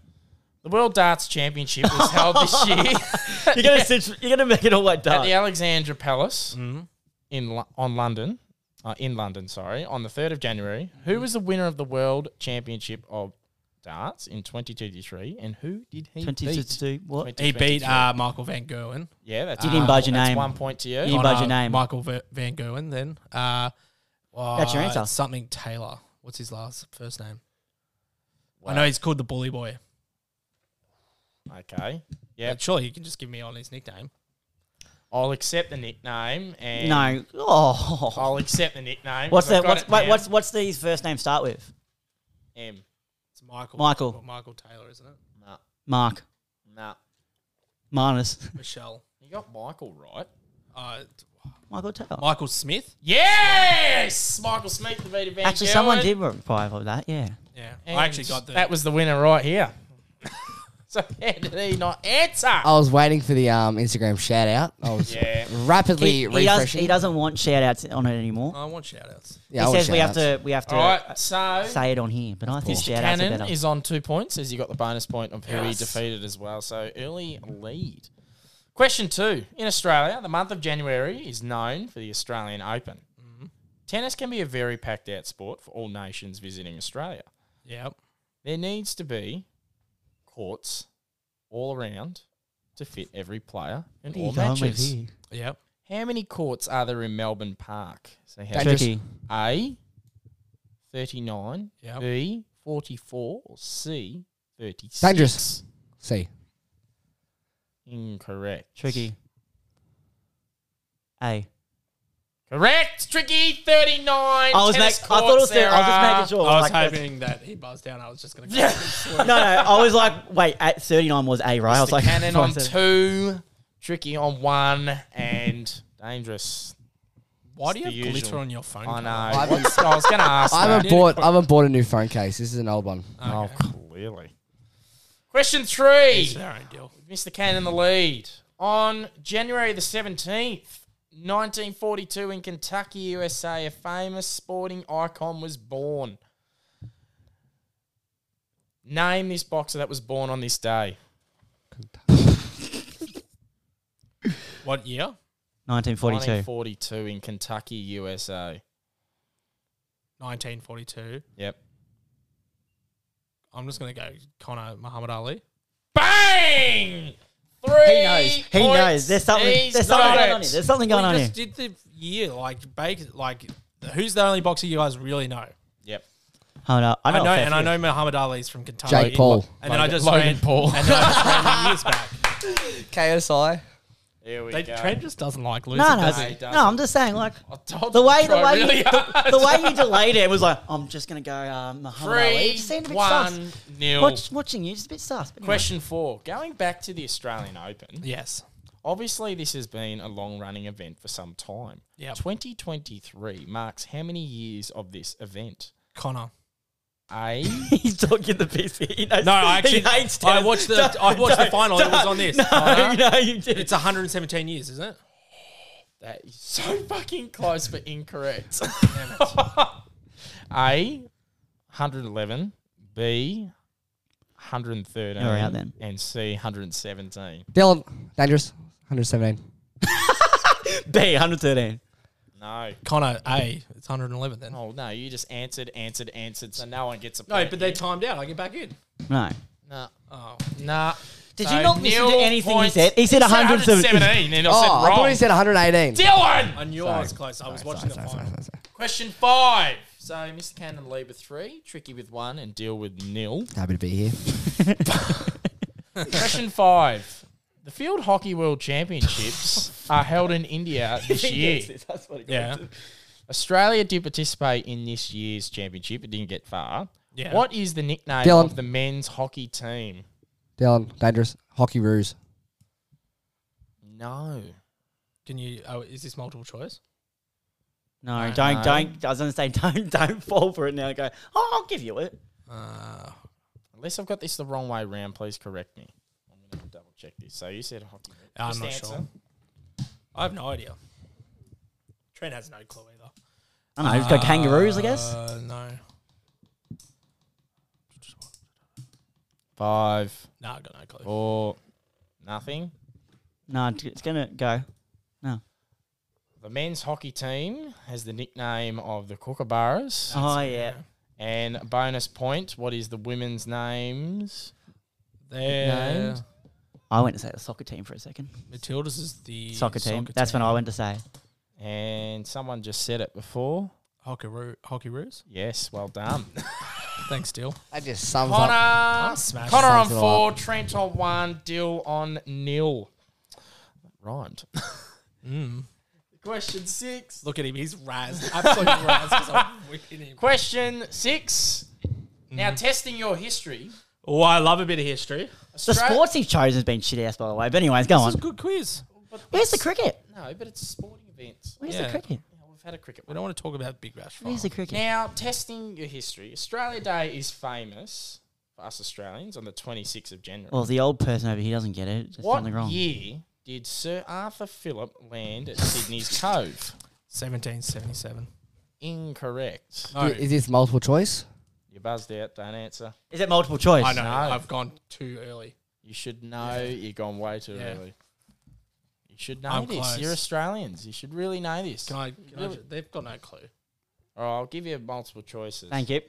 S3: The World Darts Championship was held this year
S1: you're gonna sit, you're gonna make it all like
S3: at
S1: dark.
S3: the Alexandra Palace
S2: Mm-hmm.
S3: in Lo- on London, uh, in London, sorry, on the third of January. Who was the winner of the World Championship of Darts in 2023, and who did he
S1: Twenty
S3: beat?
S1: to two. What?
S3: 2023.
S2: He beat uh, Michael Van Gerwen.
S3: yeah, that's
S1: You didn't
S3: one-
S1: budge your
S3: that's
S1: name.
S3: One point to you.
S1: You-
S2: Connor,
S1: by your name.
S2: Michael Ver- Van Gerwen then. Uh, well,
S1: That's your answer.
S2: Something Taylor. What's his last first name? I know he's called the Bully Boy.
S3: Okay. Yeah,
S2: But surely you can just give me on his nickname.
S3: I'll accept the nickname and
S1: No. Oh.
S3: I'll accept the nickname.
S1: What's
S3: 'cause I've
S1: that?
S3: got
S1: What's
S3: it
S1: wait,
S3: now.
S1: what's what's the first name start with?
S3: M?
S2: It's Michael.
S1: Michael.
S2: Well, Michael Taylor, isn't it?
S3: No,
S1: Mark.
S3: no.
S1: Minus.
S2: Michelle.
S3: You got Michael right.
S2: Uh,
S1: Michael Taylor.
S2: Michael Smith.
S3: Yes, Michael Smith defeated Van
S1: Actually, someone
S3: Gerwen.
S1: did reply for that. Yeah.
S2: Yeah,
S3: And
S2: I actually got the.
S3: That was the winner right here. so how did he not answer?
S1: Oh,
S4: I was waiting for the um, Instagram shout out. I was
S3: Yeah.
S4: rapidly
S1: He, he, does,
S4: refreshing.
S1: he doesn't want shout outs on it
S3: Oh,
S1: anymore.
S2: I want shout outs.
S4: Yeah, I
S1: he
S4: want
S1: says we have
S4: shout-outs.
S1: to we have to
S3: All right, so
S1: say it on here, but I think
S3: Mr.
S1: shout outs are
S3: Cannon
S1: better.
S3: is on two points as you got the bonus point of who
S2: Yes.
S3: he defeated as well. So early lead. Question two: In Australia, the month of January is known for the Australian Open. Tennis can be a very packed-out sport for all nations visiting Australia.
S2: Yep.
S3: There needs to be courts all around to fit every player in all matches.
S2: Yep.
S3: How many courts are there in Melbourne Park? So how
S4: Dangerous.
S1: Tricky.
S3: A, 39,
S2: Yep.
S3: B, 44, or C, 36.
S4: Dangerous. See.
S3: Incorrect.
S1: Tricky. A.
S3: Correct. Tricky, 39.
S1: I was
S3: Tennis
S1: make, I thought it was.
S3: courts
S1: The, I was just making sure.
S2: I was
S1: like,
S2: hoping that he buzzed down. I was just gonna. Go.
S1: No, no. I was like, wait. At thirty nine was A, right? I was
S3: Mr.
S1: like,
S3: Cannon on
S1: Fuck.
S3: two, Tricky on one, and Dangerous.
S2: Why do you
S3: the
S2: have glitter
S3: usual.
S2: on your phone?
S3: I know.
S2: Carl?
S3: What's- I was going to ask
S4: I
S3: that.
S4: haven't bought. I haven't bought a new phone case. This is an old one.
S3: Oh, clearly. Question three.
S2: It's their own deal.
S3: Mr. Kane in the lead. On January the 17th, 1942, in Kentucky, USA, a famous sporting icon was born. Name this boxer that was born on this day.
S2: What year?
S1: 1942.
S3: 1942 in Kentucky, USA.
S2: 1942.
S3: Yep.
S2: I'm just gonna go Connor Muhammad Ali.
S3: Bang! Three.
S1: He knows. He knows. There's something.
S3: He's
S1: There's something
S3: got
S1: going
S3: it.
S1: on here. There's something going on
S2: we
S1: here.
S2: just did the year like bake like who's the only boxer you guys really know?
S3: Yep.
S1: Hold up. I
S2: I
S1: know.
S2: know,
S1: a fair
S2: and I
S1: few.
S2: know Muhammad Ali's from Kentucky.
S4: Jake Paul.
S2: And then I just
S3: Logan
S2: ran,
S3: Paul.
S2: And then I just ran the years back.
S4: KSI.
S3: Here we
S2: They,
S3: go.
S2: Trent just doesn't like losing.
S1: No,
S2: does he?
S1: no,
S3: it
S1: no.
S3: doesn't.
S1: I'm just saying, like
S3: I told
S1: the
S3: you
S1: way,
S3: to
S1: the
S3: try
S1: way,
S3: really
S1: you, the,
S3: hard.
S1: the way you delayed it was like, I'm just gonna go uh, Muhammad Ali. It just seemed a
S3: Three,
S1: bit sus.
S3: one, nil.
S1: Watch, watching you, just a bit sus. But anyway.
S3: Question four. Going back to the Australian Open,
S2: Yes.
S3: obviously this has been a long running event for some time.
S2: Yep.
S3: 2023 marks how many years of this event?
S2: Connor.
S3: A.
S1: He's talking the piss. He knows,
S2: No, I
S1: he
S2: actually
S1: hates
S2: I
S1: tennis.
S2: watched the
S1: Don't-
S2: I watched the
S1: don't-
S2: final. it was on this.
S1: No, no, you did.
S2: It's 117 years, isn't it?
S3: that is so fucking close but incorrect. A. 111. B. 113.
S1: You're out then.
S3: And C. 117.
S4: Dylan. Dangerous. 117.
S1: B, 113.
S3: No.
S2: Connor A. It's 111 then.
S3: Oh, no. You just answered, answered, answered. So no one gets a
S2: No,
S3: point
S2: but they
S3: here.
S2: timed out. I get back in.
S1: No.
S3: No.
S2: Oh,
S3: Nah.
S1: Did you not listen to
S3: nil
S1: anything he
S3: points.
S1: said? He said 117.
S3: 117, and I
S4: Oh,
S3: said
S4: I
S3: wrong.
S4: thought he said 118.
S3: Dylan!
S2: I knew I was close. I was watching the final.
S4: Sorry, sorry, sorry.
S3: Question five. So Mr. Cannon lead with three, Tricky with one, and Deal with nil.
S4: Happy to be here.
S3: Question five. The Field Hockey World Championships are held in India this year.
S2: Yeah.
S3: Australia did participate in this year's championship. It didn't get far.
S2: Yeah.
S3: What is the nickname
S4: Dylan.
S3: of the men's hockey team?
S4: Dylan, dangerous. Hockey ruse.
S3: No.
S2: Can you? Oh, is this multiple choice?
S1: No, don't,
S3: know.
S1: don't. I was gonna say, don't, don't fall for it now. Go, oh, I'll give you it.
S2: Uh,
S3: Unless I've got this the wrong way round, please correct me. I'm going to double check this. So you said hockey.
S2: I'm
S3: Just
S2: not
S3: answer.
S2: sure. I have no idea. Trent has no clue either.
S1: I don't know. He's got kangaroos, I guess.
S2: Uh, no.
S3: Five,
S2: No, I've got no clue.
S3: four, nothing.
S1: No, it's- it's gonna go.
S3: The men's hockey team has the nickname of the Kookaburras.
S1: Oh yeah.
S3: And bonus point, what is the women's names?
S2: There.
S3: Named?
S1: I went to say the soccer team for a second.
S2: Matilda's is the
S1: Soccer team. That's when I went to say.
S3: And someone just said it before.
S2: Hockey, Roo- hockey Roos.
S3: Yes, well done.
S2: Thanks, Dill.
S4: That just sums up.
S3: Connor,
S2: smashing
S3: Connor on
S4: things a
S3: four, Trent on one, Dill on nil. Rhymed. Question six.
S2: Look at him. He's razzed. Absolutely razzed because I'm whipping him.
S3: Question six. Now testing your history.
S2: Oh, I love a bit of history.
S1: The
S3: Australia-
S1: sports he's chosen has been shit ass, by the way. But anyways, go on.
S2: It's a good quiz.
S1: Where's the cricket?
S3: No, but it's sporting events.
S1: Where's
S2: Yeah.
S1: the cricket?
S3: We've had a cricket.
S2: We don't want to talk about Big Bash.
S1: Where's the cricket?
S3: Now, testing your history. Australia Day is famous for us Australians on the 26th of January.
S1: Well, the old person over here doesn't get it. There's
S3: what
S1: something wrong.
S3: year did Sir Arthur Phillip land at Sydney's Cove?
S2: 1777.
S3: Incorrect.
S2: No,
S4: Is this multiple choice?
S3: You buzzed out. Don't answer.
S1: Is it multiple choice?
S2: I know.
S3: No.
S2: I've gone too early.
S3: You should know. You've gone way too
S2: Yeah.
S3: early. You should know
S2: I'm
S3: this.
S2: close.
S3: You're Australians. You should really know this.
S2: Can I? Can I
S3: Really?
S2: ju- they've got no clue.
S3: All right, I'll give you multiple choices.
S1: Thank you.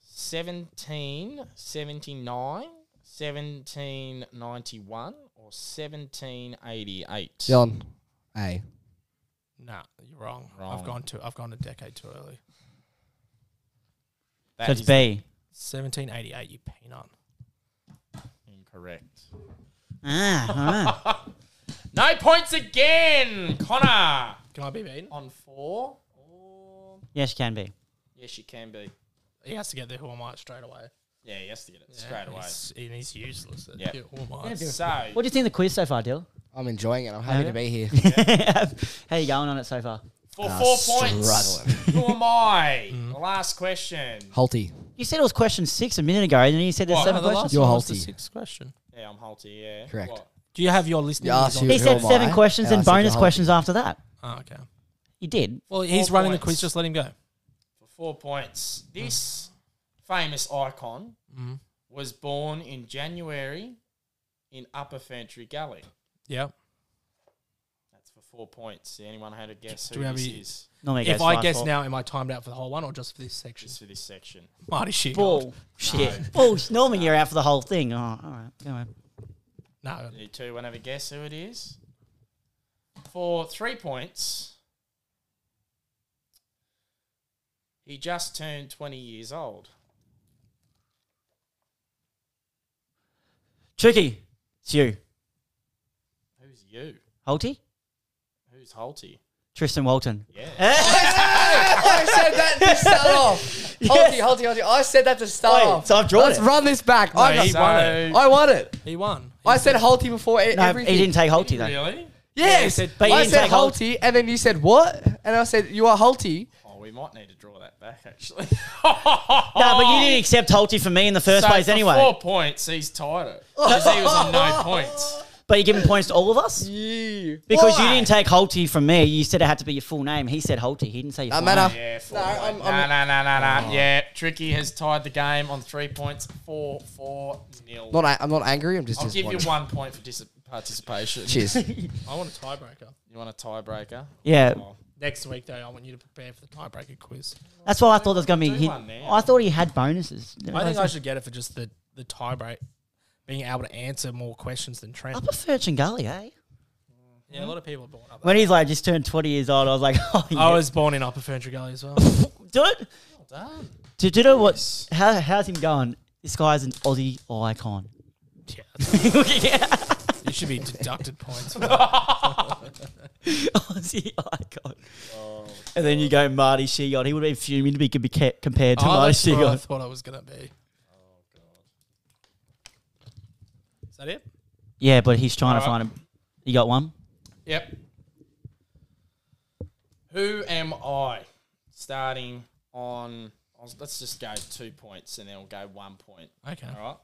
S3: 1779, 1791, or 1788.
S4: Dylan, A.
S2: Nah, you're wrong.
S3: Wrong.
S2: I've gone too. I've gone a decade too early.
S3: That
S1: So it's
S3: is
S1: B.
S2: 1788. You peanut.
S3: incorrect.
S1: Ah, all right.
S3: No points again, Connor.
S2: Can I be beaten?
S3: On four. Or...
S1: yes, you can be.
S3: Yes, you can be.
S2: He has to get the who am I straight away.
S3: Yeah, he has to get it straight away.
S2: He's, and he's useless. at
S3: Yeah.
S2: who am I.
S3: So,
S1: What do you think of the quiz so far, Dill?
S4: I'm enjoying it. I'm happy to be here.
S1: How you going on it so far?
S3: for
S4: Ah,
S3: four points,
S4: struggling.
S3: who am I? The last question.
S4: Halty.
S1: You said it was question six a minute ago, and then you said there's
S2: Well,
S1: seven
S2: Oh, the
S1: questions.
S2: last
S4: You're
S2: one was the
S4: halty.
S2: sixth question.
S3: Yeah, I'm Halty, yeah.
S4: Correct.
S3: What?
S2: Do you have your listening?
S4: You asked
S2: results?
S4: you-
S1: He said
S4: Who am
S1: seven
S4: I?
S1: questions
S4: And I
S1: and
S4: said you're
S1: bonus
S4: halty.
S1: questions after that.
S2: Oh, okay.
S1: You did.
S2: Well, he's
S3: Four
S2: running the
S3: points.
S2: quiz. Just let him go.
S3: For four points. This famous icon was born in January in Upper Fantry Gully.
S2: Yeah.
S3: That's for four points. Anyone had a guess
S2: Do
S3: who
S2: we have
S3: this
S2: any-
S3: is?
S1: Normally it
S2: If
S1: goes
S2: I
S1: five,
S2: guess
S1: four.
S2: now, am I timed out for the whole one or just for this section?
S3: Just for this section.
S2: Marty shit.
S1: Bull. Shit. Bull. Normally you're out for the whole thing. Oh, all right. Go on.
S2: No.
S3: You two want to have a guess who it is? For three points, he just turned 20 years old.
S1: Tricky. It's you.
S3: Who's you?
S1: Holty?
S3: Who's Holty?
S1: Tristan Walton.
S3: Yeah.
S4: I said that to start off. Halty, Halty, Halty. I said that to start
S1: Wait, so I've drawn
S4: Let's
S1: it.
S4: run this back. I, got-
S2: he
S3: So-
S2: won it.
S4: I won it.
S2: He won.
S4: I said Halty before e-
S1: No,
S4: everything.
S1: he didn't take Holty though.
S3: Really?
S4: Yes,
S2: said-
S1: But you
S4: I
S1: didn't
S4: said
S1: take Holt.
S4: Halty, and then you said what? And I said you are Halty.
S3: Oh, we might need to draw that back, actually.
S1: No, but
S3: Oh.
S1: you didn't accept Holty for me in the first
S3: so
S1: place
S3: for
S1: anyway.
S3: four points, he's tied it. Because he was on no points.
S1: But you're giving points to all of us? Because you didn't take Holty from me. You said it had to be your full name. He said Holty. He didn't say your full
S4: Doesn't
S1: name.
S4: matter.
S3: Yeah, four
S4: No,
S3: points.
S4: I'm-
S3: nah, nah, nah, nah, nah. Yeah, Tricky has tied the game on three points. Four, four, nil.
S4: Not, a- I'm not angry. I'm just
S3: I'll give you
S4: disappointed.
S3: one point for dis- participation.
S4: Cheers.
S2: I want a tiebreaker.
S3: You want a tiebreaker?
S1: Yeah.
S3: Oh.
S2: Next week, though, I want you to prepare for the tiebreaker quiz.
S1: That's why I thought there was going to
S3: Do
S1: be. He,
S3: one now.
S1: I thought he had bonuses.
S2: I think I should get it for just the, the tiebreak, being able to answer more questions than Trent.
S1: Upper Furch and Gully, eh?
S2: Yeah, a lot of people are born up.
S1: When he's like just turned 20 years old, I was like, oh, yeah.
S2: I was born in Upper Ferntree Gully as well.
S1: do it.
S3: Done.
S1: Do, do you know what? How, how's him going? This guy's an Aussie icon.
S2: yeah, that's- you should be deducted points. For that.
S1: Aussie icon. and then you go Marty Shigon. He would have been fuming to be com- ca- compared to
S2: Oh,
S1: Marty
S2: that's what I
S1: Shigon.
S2: thought I was gonna be. Is that it?
S1: Yeah, but he's trying to
S2: Alright.
S1: find him. You got one?
S2: Yep.
S3: Who am I? Starting on, I'll- let's just go two points and then we'll go one point.
S2: Okay.
S3: All right.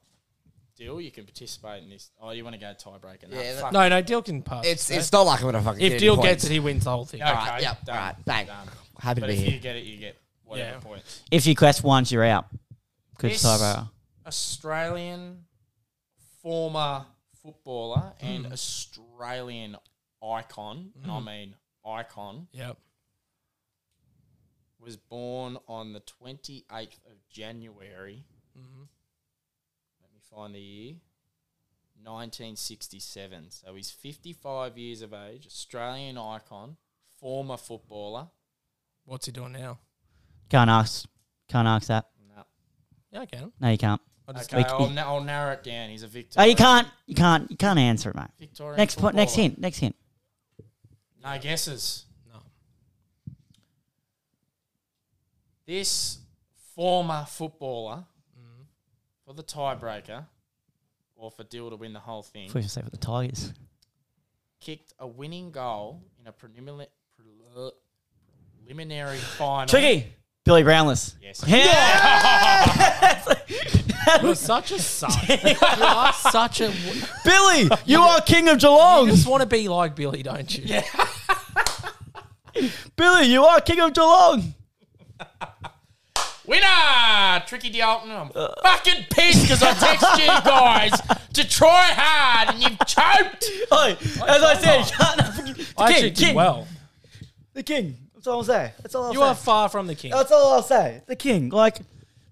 S3: Deal, you can participate in this. Oh, you want to go tiebreaker? No,
S4: Yeah, that-
S3: fuck.
S2: No, no, Deal can pass.
S4: It's
S2: right?
S4: it's not like I'm gonna fucking.
S2: if Deal gets it, he wins the whole thing.
S4: all right,
S3: Okay,
S4: yep,
S3: done,
S4: all right, bang.
S3: done.
S4: Happy
S3: But
S4: to be
S3: if
S4: here.
S3: you get it, you get whatever
S2: Yeah.
S3: points.
S1: If you quest once, you're out. Good
S3: Yes.
S1: tiebreaker.
S3: Australian former footballer
S4: Hmm.
S3: and Australian icon, and I mean icon,
S2: Yep.
S3: was born on the 28th of January.
S1: Mm-hmm.
S3: Let me find the year. 1967. So he's 55 years of age, Australian icon, former footballer.
S2: What's he doing now?
S1: Can't ask. Can't ask that.
S3: No.
S2: Yeah, I can.
S1: No, you can't.
S2: I just
S3: Okay,
S1: Like-
S3: I'll, na- I'll narrow it down. He's a Victor.
S1: Oh, you can't. You can't. You can't answer it, mate.
S3: Victorian
S1: Next point. Next
S3: footballer.
S1: hint. Next hint.
S3: No guesses.
S2: no.
S3: This former footballer Mm-hmm. for the tiebreaker, or for Dill to win the whole thing,
S1: What you say for the Tigers?
S3: kicked a winning goal in a preliminary, preliminary final.
S1: Tricky. Billy Brownless.
S3: Yes.
S1: Yeah.
S2: You're such a suck. you are such a. w-
S1: Billy, you are king of
S2: You
S1: Geelong.
S2: just want to be like Billy, don't you? Yeah.
S1: Billy, you are king of Geelong.
S3: Winner! Tricky Dalton. I'm fucking pissed because I text you guys to try hard and you've choked.
S1: Hey, Oh, as I said, can't, the
S2: I
S1: king,
S2: actually did
S1: king,
S2: well.
S1: the king. That's all I'll say. That's all I'll
S2: You
S1: say.
S2: are far from the king.
S1: That's all I'll say. The king, like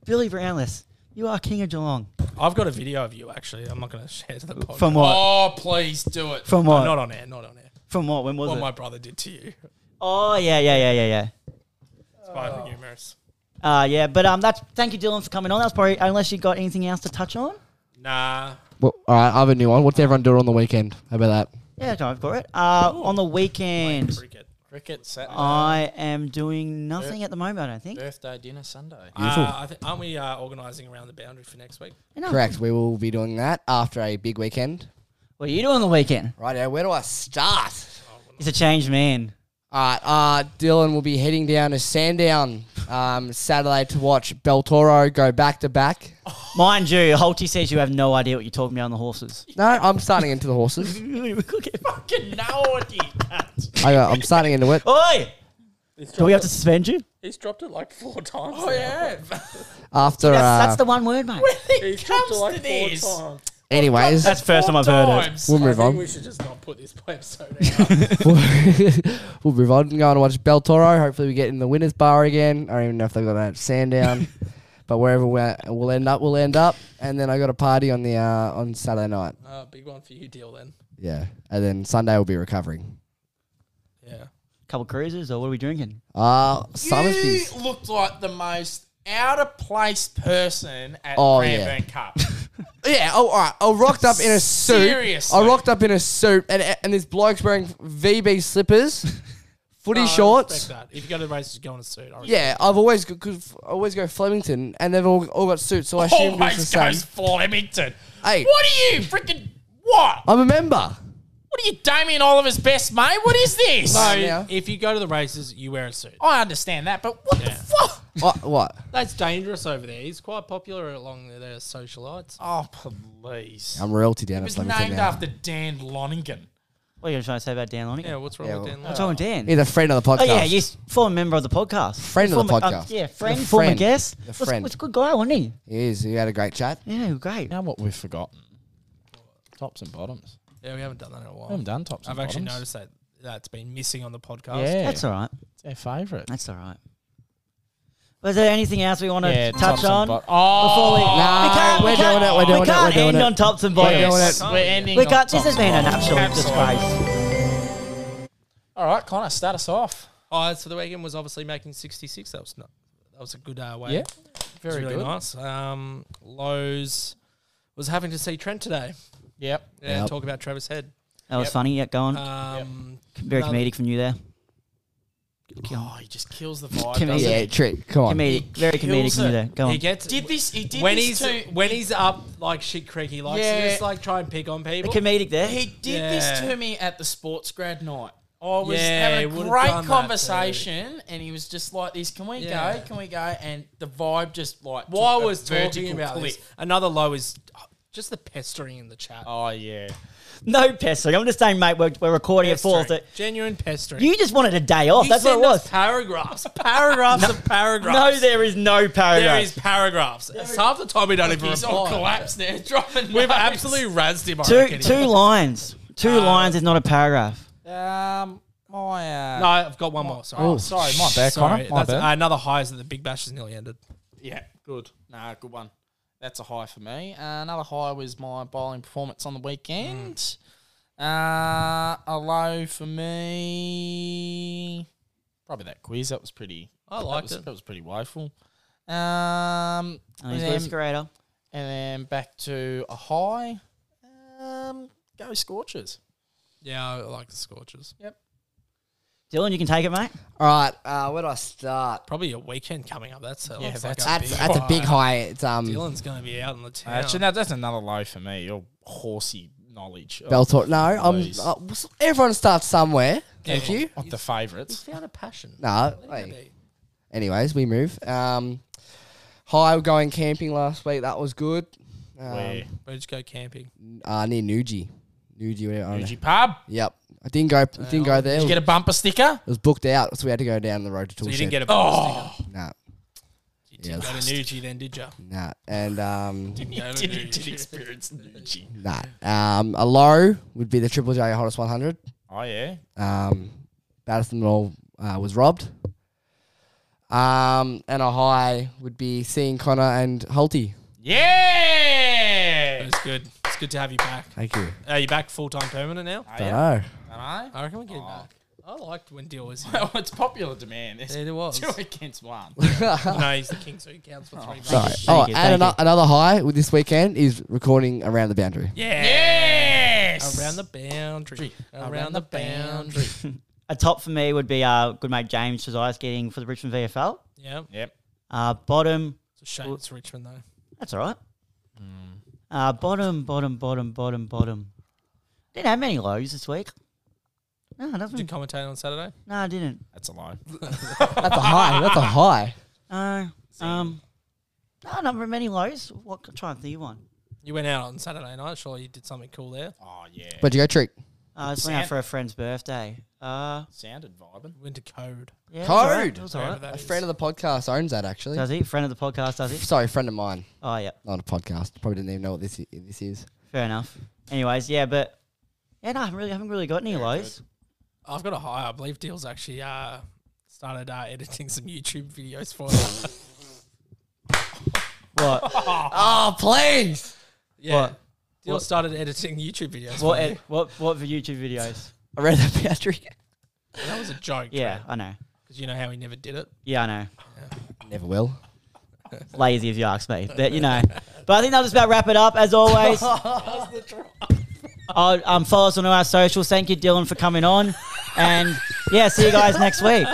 S1: Billy Brownless, you are king of Geelong.
S2: I've got a video of you actually. I'm not going to share to the podcast.
S1: From what?
S3: Oh, please do it.
S1: From
S2: No,
S1: what?
S2: not on air. Not on air.
S1: From what? When was
S2: What
S1: it?
S2: my brother did to you.
S1: oh yeah, yeah, yeah, yeah, yeah.
S2: It's
S1: Oh.
S2: quite humorous.
S1: Uh, yeah, but um, that's thank you, Dylan, for coming on. That's probably unless you got anything else to touch on.
S2: Nah.
S4: Well, all right, I have a new one. What's everyone doing on the weekend? How about that?
S1: Yeah, no, I've got it. Uh, on the weekend,
S2: Cricket.
S3: Cricket Saturday.
S1: I am doing nothing at the moment. I don't think.
S3: birthday dinner Sunday.
S4: Beautiful.
S2: Uh, I think aren't we uh, organising around the boundary for next week?
S1: No.
S4: Correct. We will be doing that after a big weekend.
S1: What are you doing on the weekend?
S4: Right now, where do I start?
S1: He's a changed man.
S4: All right, uh, Dylan will be heading down to Sandown um, Saturday to watch Beltoro go back to back.
S1: Mind you, Holty says you have no idea what you're talking about on the horses.
S4: No, I'm starting into the horses.
S3: Fucking naughty.
S4: I, uh, I'm starting into it.
S1: Oi! Do we have to suspend you?
S2: He's dropped it like four times. Oh yeah.
S4: After,
S1: That's,
S4: uh,
S1: that's the one word, mate.
S2: He's dropped it like four times.
S4: anyways,
S1: That's the first time I've heard it.
S4: We'll move
S2: I think
S4: on.
S2: We should just not put this episode out.
S4: we'll move on and go and watch Beltoro. Hopefully, we get in the winners' bar again. I don't even know if they've got that at Sandown, but wherever we're, we'll end up, we'll end up. And then I got a party on the uh, on Saturday night.
S2: uh, big one for you, deal then.
S4: Yeah, and then Sunday we'll be recovering.
S2: Yeah.
S1: Couple cruises, or what are we drinking?
S4: Uh,
S3: You
S4: Summersby's.
S3: looked like the most out of place person at
S4: Oh,
S3: Cranbourne Cup.
S4: Yeah, oh, all right. I rocked up in a suit.
S3: Seriously?
S4: I rocked up in a suit, and and this bloke's wearing VB slippers, footy
S2: No, I respect
S4: shorts.
S2: that. If you go to the races, go in a suit. I respect
S4: Yeah, I've always go- cause I always go Flemington, and they've all, all got suits, so I assume it's the
S3: Always
S4: same.
S3: goes Flemington.
S4: Hey.
S3: What are you freaking? What?
S4: I'm a member.
S3: What are you, Damien Oliver's best mate? What is this?
S2: So
S4: Yeah.
S2: if you go to the races, you wear a suit.
S3: I understand that, but what the
S2: Yeah.
S3: fuck?
S4: what? What?
S2: That's dangerous over there. He's quite popular along their socialites.
S3: Oh, please.
S4: I'm royalty down
S3: it
S4: at
S3: was
S4: Flemington
S3: named
S4: now.
S3: after Dan Loningen.
S1: What are you trying to say about Dan Lonnie?
S2: Yeah, what's wrong
S4: Yeah,
S2: with
S4: well-
S2: Dan?
S1: What's
S2: Lok?
S1: wrong with Dan?
S4: He's a friend of the podcast.
S1: Oh yeah, he's former member of the podcast.
S4: Friend of the
S1: Former- um,
S4: podcast.
S1: yeah,
S4: A
S1: friend,
S4: friend.
S1: former guest.
S4: A
S1: Was-
S4: friend.
S1: Was a good guy, wasn't he?
S4: He is. He had a great chat.
S1: Yeah, he was great.
S3: Now what we've forgotten. Tops and bottoms.
S2: Yeah, we haven't done that in a while.
S3: done tops
S2: I've actually noticed that that's been missing on the podcast.
S1: That's all right.
S3: their favourite.
S1: That's all right. Was there anything else we want to touch
S3: tops and
S1: on?
S3: bot-
S1: before we,
S3: oh,
S4: Nah,
S1: we can't,
S4: we're
S1: we can't,
S4: doing it, we're doing
S1: we
S4: it,
S1: can't
S4: we're doing
S1: end
S4: it.
S1: on tops and bottoms.
S3: yes.
S2: doing it.
S3: We're ending
S1: We
S3: on
S1: can't. This has
S3: tops
S1: been
S3: and
S1: an
S3: bottoms.
S1: absolute
S3: Absolutely.
S1: disgrace.
S3: All right, Connor, start us off.
S2: Highs for Oh, the weekend was obviously making 66. That was not, that was a good uh, way.
S3: Yeah,
S2: It was really nice. Um, lows was having to see Trent today.
S3: Yep.
S2: Yeah,
S4: Yep.
S2: talk about Travis Head.
S1: That was
S3: Yep. Uh,
S1: funny. Yeah, go on.
S2: Um,
S1: Very
S2: another-
S1: comedic from you there.
S3: Oh, he just kills the vibe.
S1: Can we-
S3: doesn't he?
S4: Yeah, trick. Come on.
S1: Comedic. Very comedic
S3: kills
S1: from
S3: it.
S1: you there. Go
S2: He
S1: on.
S2: gets
S3: Did this? He did
S2: when he's
S3: this to
S2: when he's up like shit creek. He likes
S3: Yeah.
S2: to just like try and pick on
S1: The
S2: people.
S1: comedic there.
S3: He did this
S2: Yeah.
S3: to me at the sports grad night. I was
S2: Yeah, he
S3: having a
S2: would've
S3: great
S2: done that
S3: conversation, and he was just like, "This can we
S2: Yeah.
S3: go? Can we go?" And the vibe just like
S2: While
S3: took a
S2: I was talking
S3: vertical
S2: about
S3: cliff.
S2: this, another low is uh, just the pestering in the chat.
S3: Oh yeah,
S1: No pestering. I'm just saying, mate, we're, we're recording at four. So
S2: Pestering. genuine pestering.
S1: you just wanted a day off.
S2: You
S1: That's what it
S2: send us
S1: was.
S2: Paragraphs, paragraphs, of paragraphs.
S1: No, there is no
S2: There
S1: paragraph.
S2: is paragraphs. Half the time we don't even
S3: he's on
S2: reply.
S3: collapse there, dropping.
S2: We've
S3: notes.
S2: absolutely razzed him. I
S1: two
S2: reckon.
S1: two lines. Two lines is not a paragraph.
S3: Um, my uh,
S2: No, I've got one more. Sorry.
S3: Oh, sorry, my bad,
S2: Sorry,
S3: Connor. My
S2: that's-
S3: bad.
S2: uh, another high is that the Big Bash is nearly ended.
S3: yeah, good. Nah, good one. That's a high for me. Uh, another high was my bowling performance on the weekend.
S2: Hmm.
S3: Uh, a low for me. Probably that quiz. That was pretty.
S2: I liked
S3: that was,
S2: it.
S3: That was pretty woeful. Um,
S1: And he's
S3: and
S1: Lewis
S3: then,
S1: Guerrero.
S3: and then back to a high. Um, go Scorchers.
S2: Yeah, I like the Scorchers.
S1: Dylan, you can take it, mate.
S4: All right. Uh, where do I start?
S2: Probably a weekend coming up. That's a,
S3: Yeah,
S2: looks
S3: that's-
S2: like
S4: That's that's a big high. It's um
S2: Dylan's going to be out in the town.
S3: Actually, no, that's another low for me. Your horsey knowledge. Of,
S4: Beltor. No, I'm.
S3: Please.
S4: Uh, everyone starts somewhere. Thank you.
S3: of the favourites.
S2: found a passion.
S4: No. wait. Anyways, we move. Um, hi, we're going camping last week. That was good. Um,
S3: Where
S2: Where did you go camping?
S4: uh, near Nuji. Nuji, whatever. I don't know.
S3: Fuji Pub.
S4: Yep. I didn't go. didn't go there.
S3: Did you get a bumper sticker?
S4: it was booked out, so we had to go down the road to.
S2: So you didn't get a
S3: Oh,
S4: Nah,
S2: You didn't
S4: Yeah,
S2: go to Nuji then, did you?
S4: nah, and um,
S2: Didn't go to
S3: did, did
S2: Nuji.
S3: experience Nuji.
S4: nah. Um, a low would be the Triple J Hottest 100.
S3: Oh yeah.
S4: Um, Baddest and all uh, was robbed. Um, and a high would be seeing Connor and Holty.
S3: Yeah.
S2: It's good. It's good to have you back.
S4: Thank you.
S2: Are you back full time permanent now?
S4: Don't
S3: yeah.
S4: know.
S3: I know.
S2: I reckon we get back. I liked when Dill was.
S3: Well, it's popular demand. It's
S2: It was.
S3: two against one.
S2: no, he's the king, so he counts for three.
S4: Sorry.
S2: votes.
S4: oh,
S1: you,
S4: and
S1: thank
S4: ano- another high with this weekend is recording around the boundary.
S2: Yeah.
S3: yes.
S2: Around the boundary. Around, the boundary.
S1: A top for me would be uh, good mate James Josias getting for the Richmond VFL.
S2: yeah. It's
S3: Yep.
S1: Uh, bottom,
S2: a shame it's Richmond, though.
S1: that's all right.
S2: Hmm.
S1: Uh, bottom, bottom, bottom, bottom, bottom. Didn't have many lows this week. No,
S2: Did you
S1: nothing.
S2: commentate on Saturday?
S1: No, I didn't.
S3: That's a lie.
S4: That's a high. That's a high.
S1: No. Um, no, not very many lows. What? I'm trying to think of one.
S2: You went out on Saturday night. Surely you did something cool there.
S3: Oh yeah.
S4: But you go trick.
S1: Uh, I just went out
S3: Sam-
S1: for a friend's birthday. Uh,
S3: Sounded vibing.
S2: Went to Code.
S1: yeah, it was all right.
S4: Code.
S1: It was all right.
S4: A friend of the podcast owns that actually.
S1: Does he? Friend of the podcast, does he?
S4: Sorry, friend of mine.
S1: Oh, yeah.
S4: Not a podcast. Probably didn't even know what this i- this is.
S1: Fair enough. Anyways, yeah, but yeah, no, I haven't really, haven't really got any lows.
S2: I've got a high. I believe Deal's actually uh, started uh, editing some YouTube videos for us.
S1: What?
S4: Oh please!
S2: yeah.
S1: What?
S2: Deal
S1: What?
S2: started editing YouTube videos. for
S1: what?
S2: me.
S1: Ed, what? What for YouTube videos?
S4: I read the boundary.
S2: that was a joke.
S1: Yeah, I know.
S2: Because you know how he never did it.
S1: Yeah, I know.
S4: Never will.
S1: Lazy if you ask me, but you know. But I think that'll just about wrap it up. As always, oh, um, follow us on all our socials. Thank you, Dylan, for coming on, and yeah, see you guys next week.